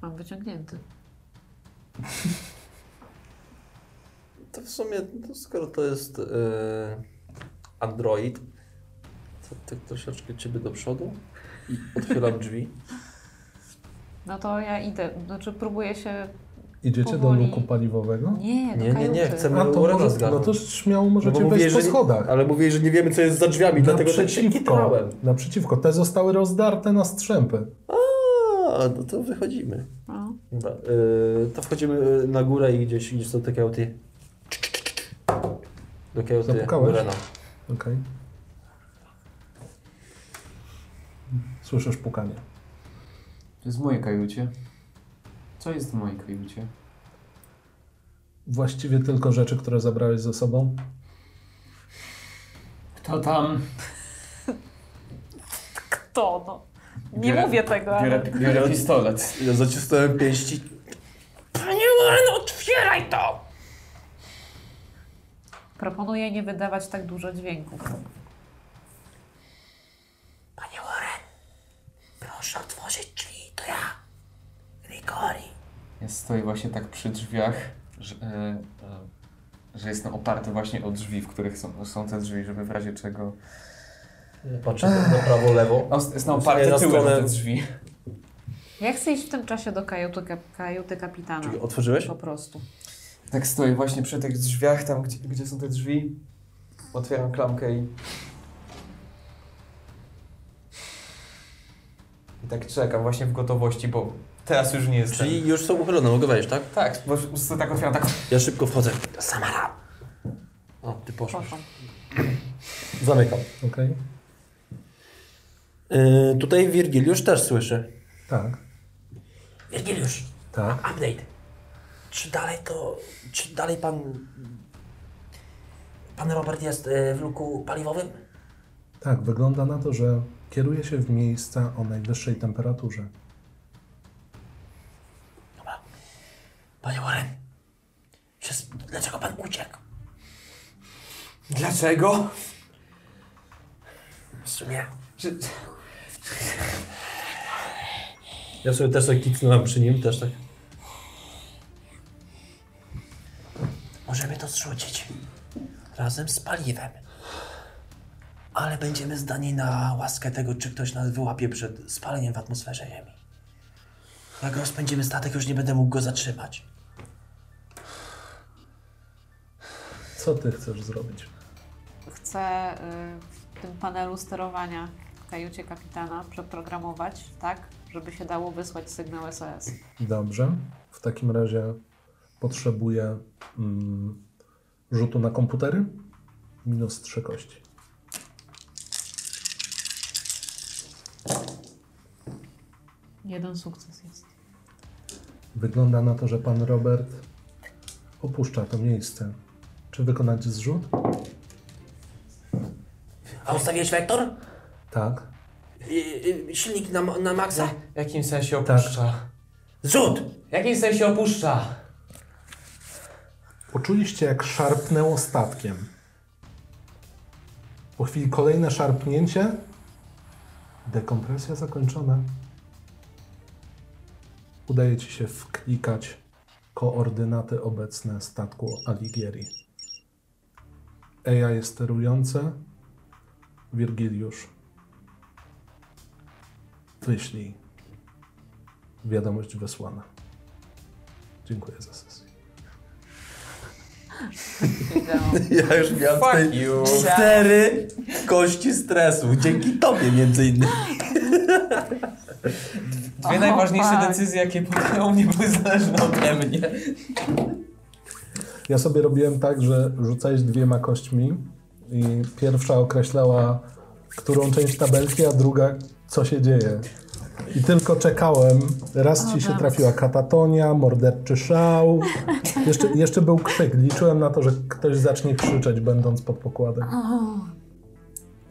D: Mam wyciągnięty.
E: To w sumie, to skoro to jest e, Android, to tak troszeczkę ciebie do przodu i odchylam drzwi.
D: No to ja idę. Znaczy próbuję się...
A: Idziecie
D: Powoli.
A: do luku paliwowego?
D: Nie, do
E: Nie, nie, nie,
D: kajuty.
E: chcemy
A: A to,
E: Warrena
A: może, no
E: zgarnąć.
A: to śmiało możecie
E: mówię,
A: wejść po
E: No że nie-
A: schodach.
E: Ale mówię, że nie wiemy, co jest za drzwiami, dlatego tak się kitrałem.
A: naprzeciwko. Te zostały rozdarte na strzępy.
E: A, no to wychodzimy.
D: No.
E: Dobra, e, to wchodzimy e, na górę i gdzieś gdzieś do tej kauty. Do kauty
A: Zapukałeś?
E: Warrena.
A: Okej. Słyszysz pukanie.
C: To jest w mojej kajucie. Co jest w mojej kajucie?
A: Właściwie tylko rzeczy, które zabrałeś ze sobą.
C: Kto tam?
D: Kto no? Nie
C: Biorę-
D: mówię tego,
C: Biorę,
D: ale...
C: biorę pistolet.
E: Ja zacisnąłem pięści.
B: Panie Warren, otwieraj to!
D: Proponuję nie wydawać tak dużo dźwięków.
B: Panie Warren, proszę otworzyć drzwi, to ja. Rigori.
C: Ja stoję właśnie tak przy drzwiach, że, e, e, że jestem oparty właśnie o drzwi, w których są, są te drzwi, żeby w razie czego
E: Patrzę na prawo, lewo.
C: O, No, Jest nam
E: W sumie na
C: oparte tyłem
E: stronę-
C: te drzwi.
D: Ja chcę iść w tym czasie do kajuty, kap- kajuty kapitana.
E: Czyli otworzyłeś?
D: Po prostu.
C: Tak stoję właśnie przy tych drzwiach, tam gdzie, gdzie są te drzwi. Otwieram klamkę i... I tak czekam właśnie w gotowości, bo teraz już nie jest
E: Czyli już są uchylone, mogę wejść, tak?
C: Tak, bo po prostu tak otwieram, tak...
E: Ja szybko wchodzę. Samara! O, ty poszłaś.
D: Poszłam.
E: Zamykam.
A: Okej?
E: Y, tutaj Wirgiliusz też słyszy.
A: Tak.
B: Wirgiliusz,
A: Tak.
B: update. Czy dalej to... Czy dalej pan... Pan Robert jest e, w luku paliwowym?
A: Tak, wygląda na to, że kieruje się w miejsca o najwyższej temperaturze.
B: Panie Warren, czy, s- dlaczego pan uciekł?
C: Dlaczego?
B: W sumie...
C: Czy...
E: Ja sobie też tak kicnąłem przy nim, też tak.
B: Możemy to zrzucić razem z paliwem. Ale będziemy zdani na łaskę tego, czy ktoś nas wyłapie przed spaleniem w atmosferze Ziemi. Jak rozpędzimy statek, już nie będę mógł go zatrzymać.
A: Co ty chcesz zrobić?
D: Chcę y, w tym panelu sterowania w kajucie kapitana przeprogramować tak, żeby się dało wysłać sygnał SOS.
A: Dobrze. W takim razie potrzebuję mm, rzutu na komputery. Minus trzy kości.
D: Jeden sukces jest.
A: Wygląda na to, że pan Robert opuszcza to miejsce. Czy wykonać zrzut?
B: A ustawiłeś wektor?
A: Tak.
B: Y, y, silnik na, na maksa?
C: W jakim sensie opuszcza?
B: Zrzut!
C: W jakim sensie opuszcza?
A: Poczuliście, jak szarpnęło statkiem. Po chwili kolejne szarpnięcie. Dekompresja zakończona. Udaje ci się wklikać koordynaty obecne statku Alighieri. AI jest sterujące. Wirgiliusz. Wyślij. Wiadomość wysłana. Dziękuję za sesję.
D: Wiedziałam.
E: Ja już miałem
C: Fuck you!
E: cztery kości stresu. Dzięki tobie między innymi.
C: Dwie najważniejsze
D: fuck.
C: decyzje, jakie podjął mnie, były zależne ode mnie.
A: Ja sobie robiłem tak, że rzucałeś dwiema kośćmi i pierwsza określała, którą część tabelki, a druga co się dzieje. I tylko czekałem. Raz ci się trafiła katatonia, morderczy szał. Jeszcze, jeszcze był krzyk. Liczyłem na to, że ktoś zacznie krzyczeć, będąc pod pokładem.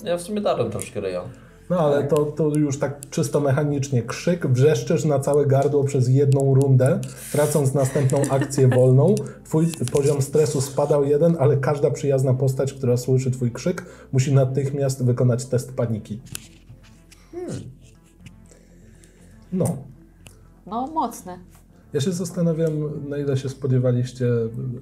E: Ja w sumie darłem troszkę rejon.
A: No ale to, to już tak czysto mechanicznie. Krzyk, wrzeszczysz na całe gardło przez jedną rundę, tracąc następną akcję wolną. Twój poziom stresu spadał jeden, ale każda przyjazna postać, która słyszy twój krzyk, musi natychmiast wykonać test paniki. No.
D: No, mocny.
A: Ja się zastanawiam, na ile się spodziewaliście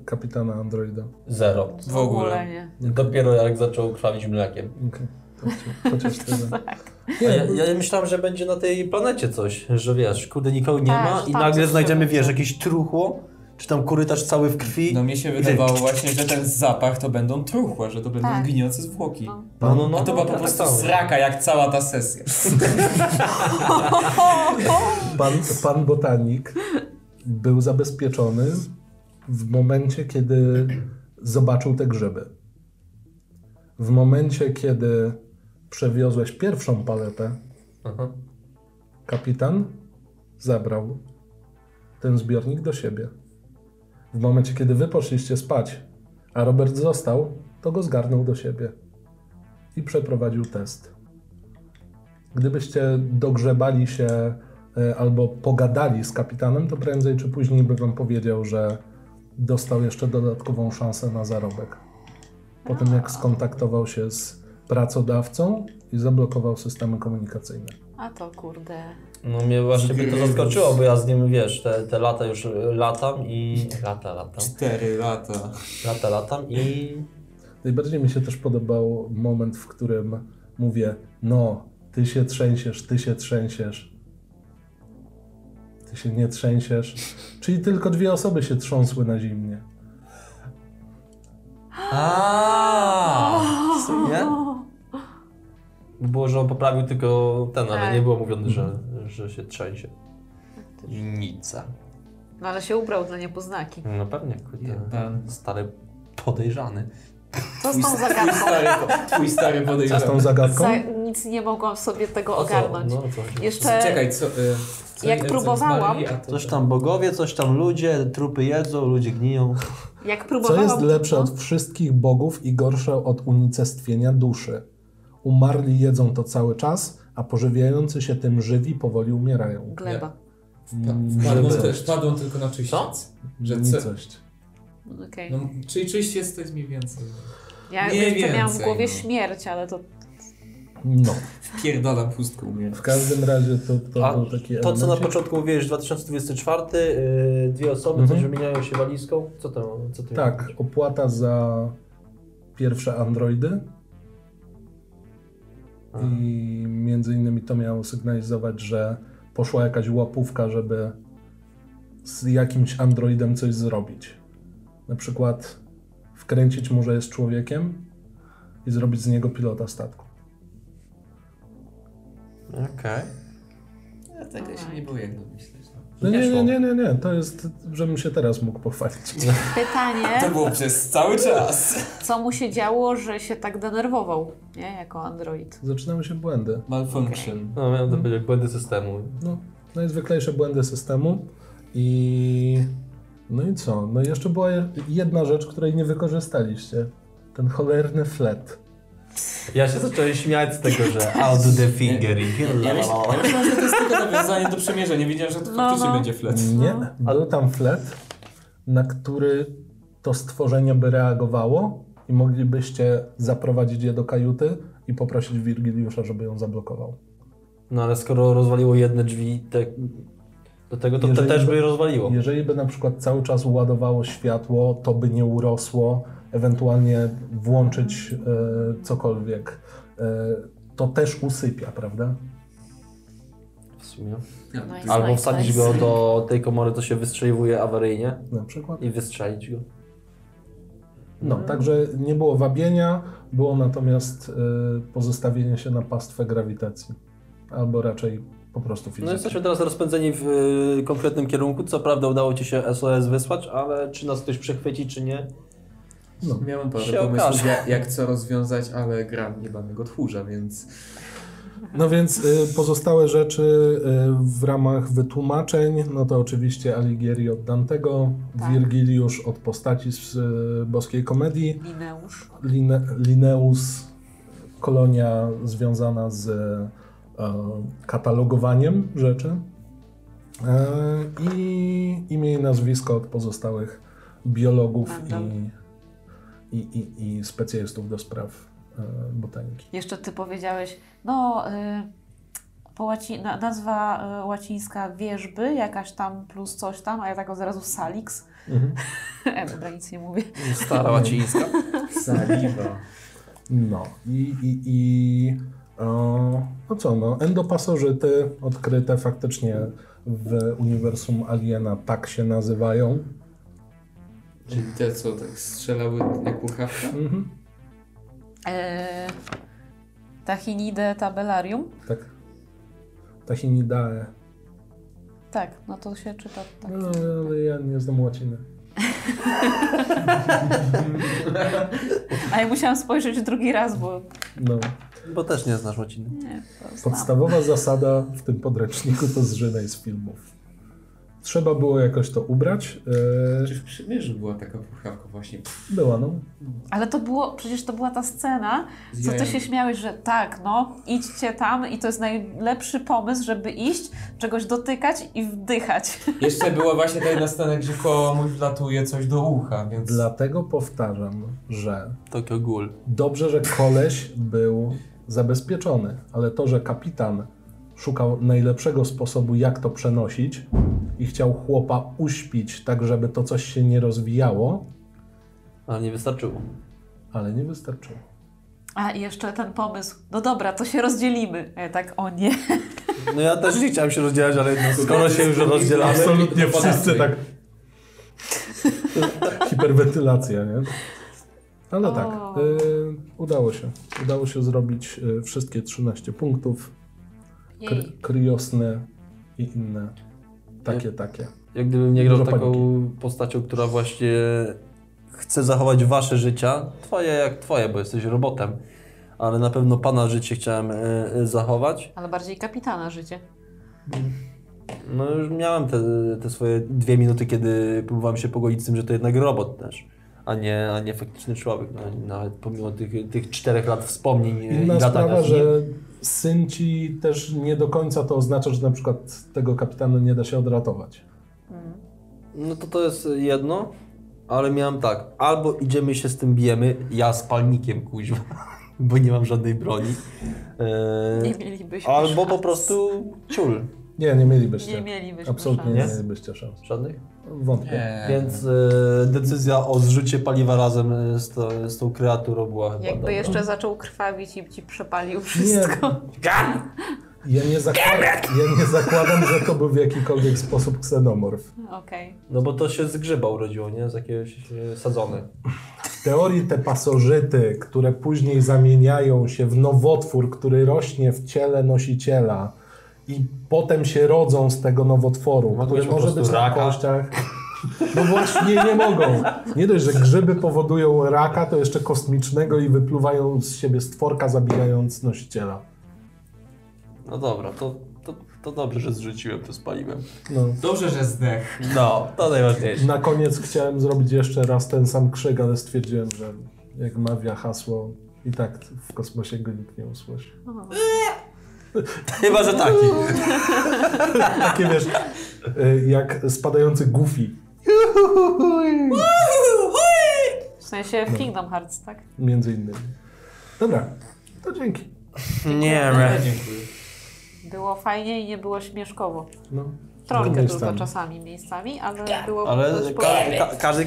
A: kapitana Androida.
E: Zero.
D: W ogóle nie.
E: Dopiero jak zaczął krwawić mlekiem.
A: Okej. Chociaż- Chociaż tyle.
D: Tak.
E: A Ja, ja myślałem, że będzie na tej planecie coś, że wiesz, kurde nikogo nie
D: Tak,
E: ma
D: że
E: i
D: tam
E: nagle
D: coś
E: znajdziemy,
D: się-
E: wiesz, jakieś truchło, czy tam korytarz cały w krwi.
C: Tak, No mnie się wydawało właśnie, że ten zapach to będą truchła, że to będą
D: Tak.
C: gnijące zwłoki.
D: No.
E: no, no, no,
C: A to była po
E: tak
C: prostu
E: samo.
C: sraka, jak cała ta sesja.
A: Pan, pan botanik był zabezpieczony w momencie, kiedy zobaczył te grzyby. W momencie, kiedy przewiozłeś pierwszą paletę,
E: Aha.
A: kapitan zabrał ten zbiornik do siebie. W momencie, kiedy wy poszliście spać, a Robert został, to go zgarnął do siebie i przeprowadził test. Gdybyście dogrzebali się e, albo pogadali z kapitanem, to prędzej czy później by wam powiedział, że dostał jeszcze dodatkową szansę na zarobek. Po tym, jak skontaktował się z pracodawcą i zablokował systemy komunikacyjne.
D: A to kurde.
E: No mnie właśnie by to zaskoczyło, bo ja z nim, wiesz, te, te lata już y, latam i... Lata, latam.
C: Cztery lata.
E: Lata, latam i...
A: Najbardziej mi się też podobał moment, w którym mówię, no, ty się trzęsiesz, ty się trzęsiesz. Ty się nie trzęsiesz. Czyli tylko dwie osoby się trząsły na zimnie.
C: A,
E: W sumie? Było, że on poprawił tylko ten, ale
D: Tak.
E: nie było mówione, że, że się trzęsie.
C: Nica.
D: No ale się ubrał dla niepoznaki.
E: No pewnie, kurde.
F: Jeden.
E: Stary podejrzany.
D: Co z tą zagadką?
C: Twój stary
A: Co z
C: podejrzany.
A: tą zagadką?
D: Za, nic nie mogłam sobie tego
E: O co?
D: ogarnąć.
E: No, to-
D: Jeszcze
F: Czekaj, co... Y, co
D: Jak
F: co
D: próbowałam-
F: zmarli, a to-
E: Coś tam bogowie, coś tam ludzie, trupy jedzą, ludzie gniją.
D: jak
A: Co
D: próbowałam...
A: jest lepsze od wszystkich bogów i gorsze od unicestwienia duszy? Umarli jedzą to cały czas, a pożywiający się tym żywi powoli umierają.
D: Gleba.
E: Tak,
A: Mm,
F: No,
C: No,
F: Wpadłem,
A: żeby-
F: te, wpadłem tylko na czyściec. że co-
A: Nicość.
D: Okej.
F: No, czyli czyściec to jest mniej więcej...
D: Ja
F: mniej
D: jeszcze miałam w
F: więcej,
D: głowie
F: no.
D: śmierć, ale to
A: No,
F: Pierdala pustką mnie.
A: w każdym razie to,
E: A
A: to był taki
E: To, co na
A: elemencik.
E: początku mówiłeś, 2024, yy, dwie osoby
A: Mhm.
E: coś wymieniają się walizką. Co to? Co to
A: Tak, opłata za pierwsze Androidy. I między innymi to miało sygnalizować, że poszła jakaś łapówka, żeby z jakimś Androidem coś zrobić. Na przykład wkręcić mu, że jest człowiekiem i zrobić z niego pilota statku.
E: Okej.
F: Ja tego się nie było jedno myśleć.
A: No
E: Nie
A: nie,
E: szło.
A: nie, nie, nie, nie, to jest, żebym się teraz mógł pochwalić.
D: pytanie,
C: To było przez cały czas.
D: co mu się działo, że się tak denerwował, nie? Jako android.
A: Zaczynały się błędy.
F: Malfunction.
E: No miałem to powiedzieć, błędy systemu.
A: No, najzwyklejsze błędy systemu i no i co? No i jeszcze była je- jedna rzecz, której nie wykorzystaliście. Ten cholerny flet.
E: Ja się zacząłem śmiać z tego, że out the fingering.
F: Ja myślałem, ja myślałem, że to jest tylko nawiązanie do przymierza, nie wiedziałem, że to
D: No,
F: faktycznie
D: no.
F: będzie flet.
A: Nie, był tam flet, na który to stworzenie by reagowało i moglibyście zaprowadzić je do kajuty i poprosić Wirgiliusza, żeby ją zablokował.
E: No ale skoro rozwaliło jedne drzwi te, do tego, to
A: Jeżeli
E: te też
A: by-
E: by rozwaliło.
A: Jeżeli by na przykład cały czas ładowało światło, to by nie urosło, ewentualnie włączyć e, cokolwiek. E, to też usypia, prawda?
E: W sumie.
D: Nice,
E: No Albo
D: nice,
E: wsadzić
D: nice.
E: go do tej komory, co się wystrzeliwuje awaryjnie
A: Na przykład.
E: i wystrzelić go.
A: No, także nie było wabienia, było natomiast e, pozostawienie się na pastwę grawitacji. Albo raczej po prostu
E: No
A: fizyki.
E: jesteśmy teraz rozpędzeni w y, konkretnym kierunku. Co prawda udało ci się SOS wysłać, ale czy nas ktoś przechwyci, czy nie?
A: No.
F: Miałem parę
E: Się
F: pomysłów,
E: okaże.
F: jak, jak co rozwiązać, ale gram jebanego tchórza, więc...
A: No więc y, pozostałe rzeczy y, w ramach wytłumaczeń, no to oczywiście Alighieri od Dantego,
D: Tak.
A: Virgiliusz od postaci z y, Boskiej Komedii,
D: Mineusz.
A: Line, Lineus, kolonia związana z e, katalogowaniem rzeczy e, i imię i nazwisko od pozostałych biologów
D: Random.
A: i, i, i, i specjalistów do spraw e, botaniki.
D: Jeszcze ty powiedziałeś, no y, po łaci, na, nazwa y, łacińska wierzby, jakaś tam plus coś tam, a ja tak od razu salix. E, dobra, nic nie mówię.
E: Stara łacińska.
F: Saliwa.
A: No i, i, i e, no co, no, endopasożyty odkryte faktycznie w uniwersum Aliena tak się nazywają.
F: Czyli te, co tak strzelały jak puchawka?
A: Mhm.
D: E, Tachinidae tabellarium.
A: Tak. Tachinidae.
D: Tak, no to się czyta tak.
A: No, ale ja nie znam łaciny.
D: A ja musiałam spojrzeć drugi raz, bo
A: No.
E: Bo też nie znasz łaciny.
D: nie, to znam.
A: Podstawowa zasada w tym podręczniku to zżynaj z filmów. Trzeba było jakoś to ubrać.
F: Czy Znaczy,
C: Znaczy-
F: w przymierzu była taka puchawka właśnie?
A: Yy, była, no.
D: Ale to było, przecież to była ta scena,
F: Z
D: co ty
F: jajem.
D: się śmiałeś, że tak, no, idźcie tam i to jest najlepszy pomysł, żeby iść, czegoś dotykać i wdychać.
F: Jeszcze była właśnie ta jedna scena, gdzie komuś wlatuje coś do ucha, więc...
A: Dlatego powtarzam, że
E: Tokio Ghoul.
A: dobrze, że koleś był zabezpieczony, ale to, że kapitan szukał najlepszego sposobu, jak to przenosić i chciał chłopa uśpić, tak żeby to coś się nie rozwijało,
E: Ale nie wystarczyło.
A: ale nie wystarczyło.
D: A i jeszcze ten pomysł. No dobra, to się rozdzielimy. A ja tak, o nie.
E: No ja też nie chciałem się rozdzielać, ale no, skoro się już rozdzielamy...
A: Absolutnie wszyscy tak. Hiperwentylacja, nie? Ale tak,
D: O.
A: y, udało się. Udało się zrobić y, wszystkie 13 punktów. Kry,
D: Jej.
A: kryosne i inne. Takie, takie.
E: Jak gdybym nie grał
A: Dużo
E: taką postacią, która właśnie chce zachować wasze życia, twoje jak twoje, bo jesteś robotem, ale na pewno pana życie chciałem e, e, zachować.
D: Ale bardziej kapitana życie.
E: No już miałem te, te swoje dwie minuty, kiedy próbowałem się pogodzić z tym, że to jednak robot też, a nie, a nie faktyczny człowiek. No, nawet pomimo tych, tych czterech lat wspomnień e,
A: Inna
E: i
A: sprawa,
E: latania z nim.
A: że syn ci też nie do końca to oznacza, że na przykład tego kapitana nie da się odratować.
E: No to to jest jedno, ale miałem tak, albo idziemy się z tym bijemy, ja z palnikiem kuźwa, bo nie mam żadnej broni,
D: Nie
E: e,
D: mielibyśmy
E: albo
D: szans.
E: po prostu ciul,
A: Nie, nie mielibyście.
D: Nie mielibyśmy
A: Absolutnie nie
D: szans.
E: szans.
A: mielibyście szans.
E: żadnych.
A: Wątpię.
E: Więc e, decyzja o zrzucie paliwa razem e, z, to, z tą kreaturą była chyba
D: Jakby
E: dobra.
D: jeszcze zaczął krwawić i ci przepalił wszystko.
A: Ja nie, zakładam, ja nie zakładam, że to był w jakikolwiek sposób ksenomorf.
D: Okej.
E: No bo to się z grzyba urodziło, nie? Z jakiejś e, sadzony.
A: W teorii te pasożyty, które później zamieniają się w nowotwór, który rośnie w ciele nosiciela i potem się rodzą z tego nowotworu,
E: Mogą
A: który
E: być po
A: może
E: prostu
A: być
E: raka.
A: na kościach. No właśnie nie mogą. Nie dość, że grzyby powodują raka, to jeszcze kosmicznego i wypluwają z siebie stworka, zabijając nosiciela.
E: No dobra, to, to, to dobrze, że zrzuciłem to z paliwem.
A: No.
F: Dobrze, że zdech.
E: No, to najważniejsze.
A: Na koniec chciałem zrobić jeszcze raz ten sam krzyk, ale stwierdziłem, że jak mawia hasło, i tak w kosmosie go nikt nie usłyszy.
E: Chyba, że taki.
A: Takie wiesz, y, jak spadający Goofy
D: W sensie w Kingdom Hearts, tak?
A: między innymi. Dobra, to dzięki.
E: Nie,
D: Było fajnie i nie było śmieszkowo.
A: No,
D: Troszkę
A: Miejscami.
D: tylko czasami, miejscami, ale było
E: Ale
D: dość
E: ka-
D: podobnie.
E: ka- każdy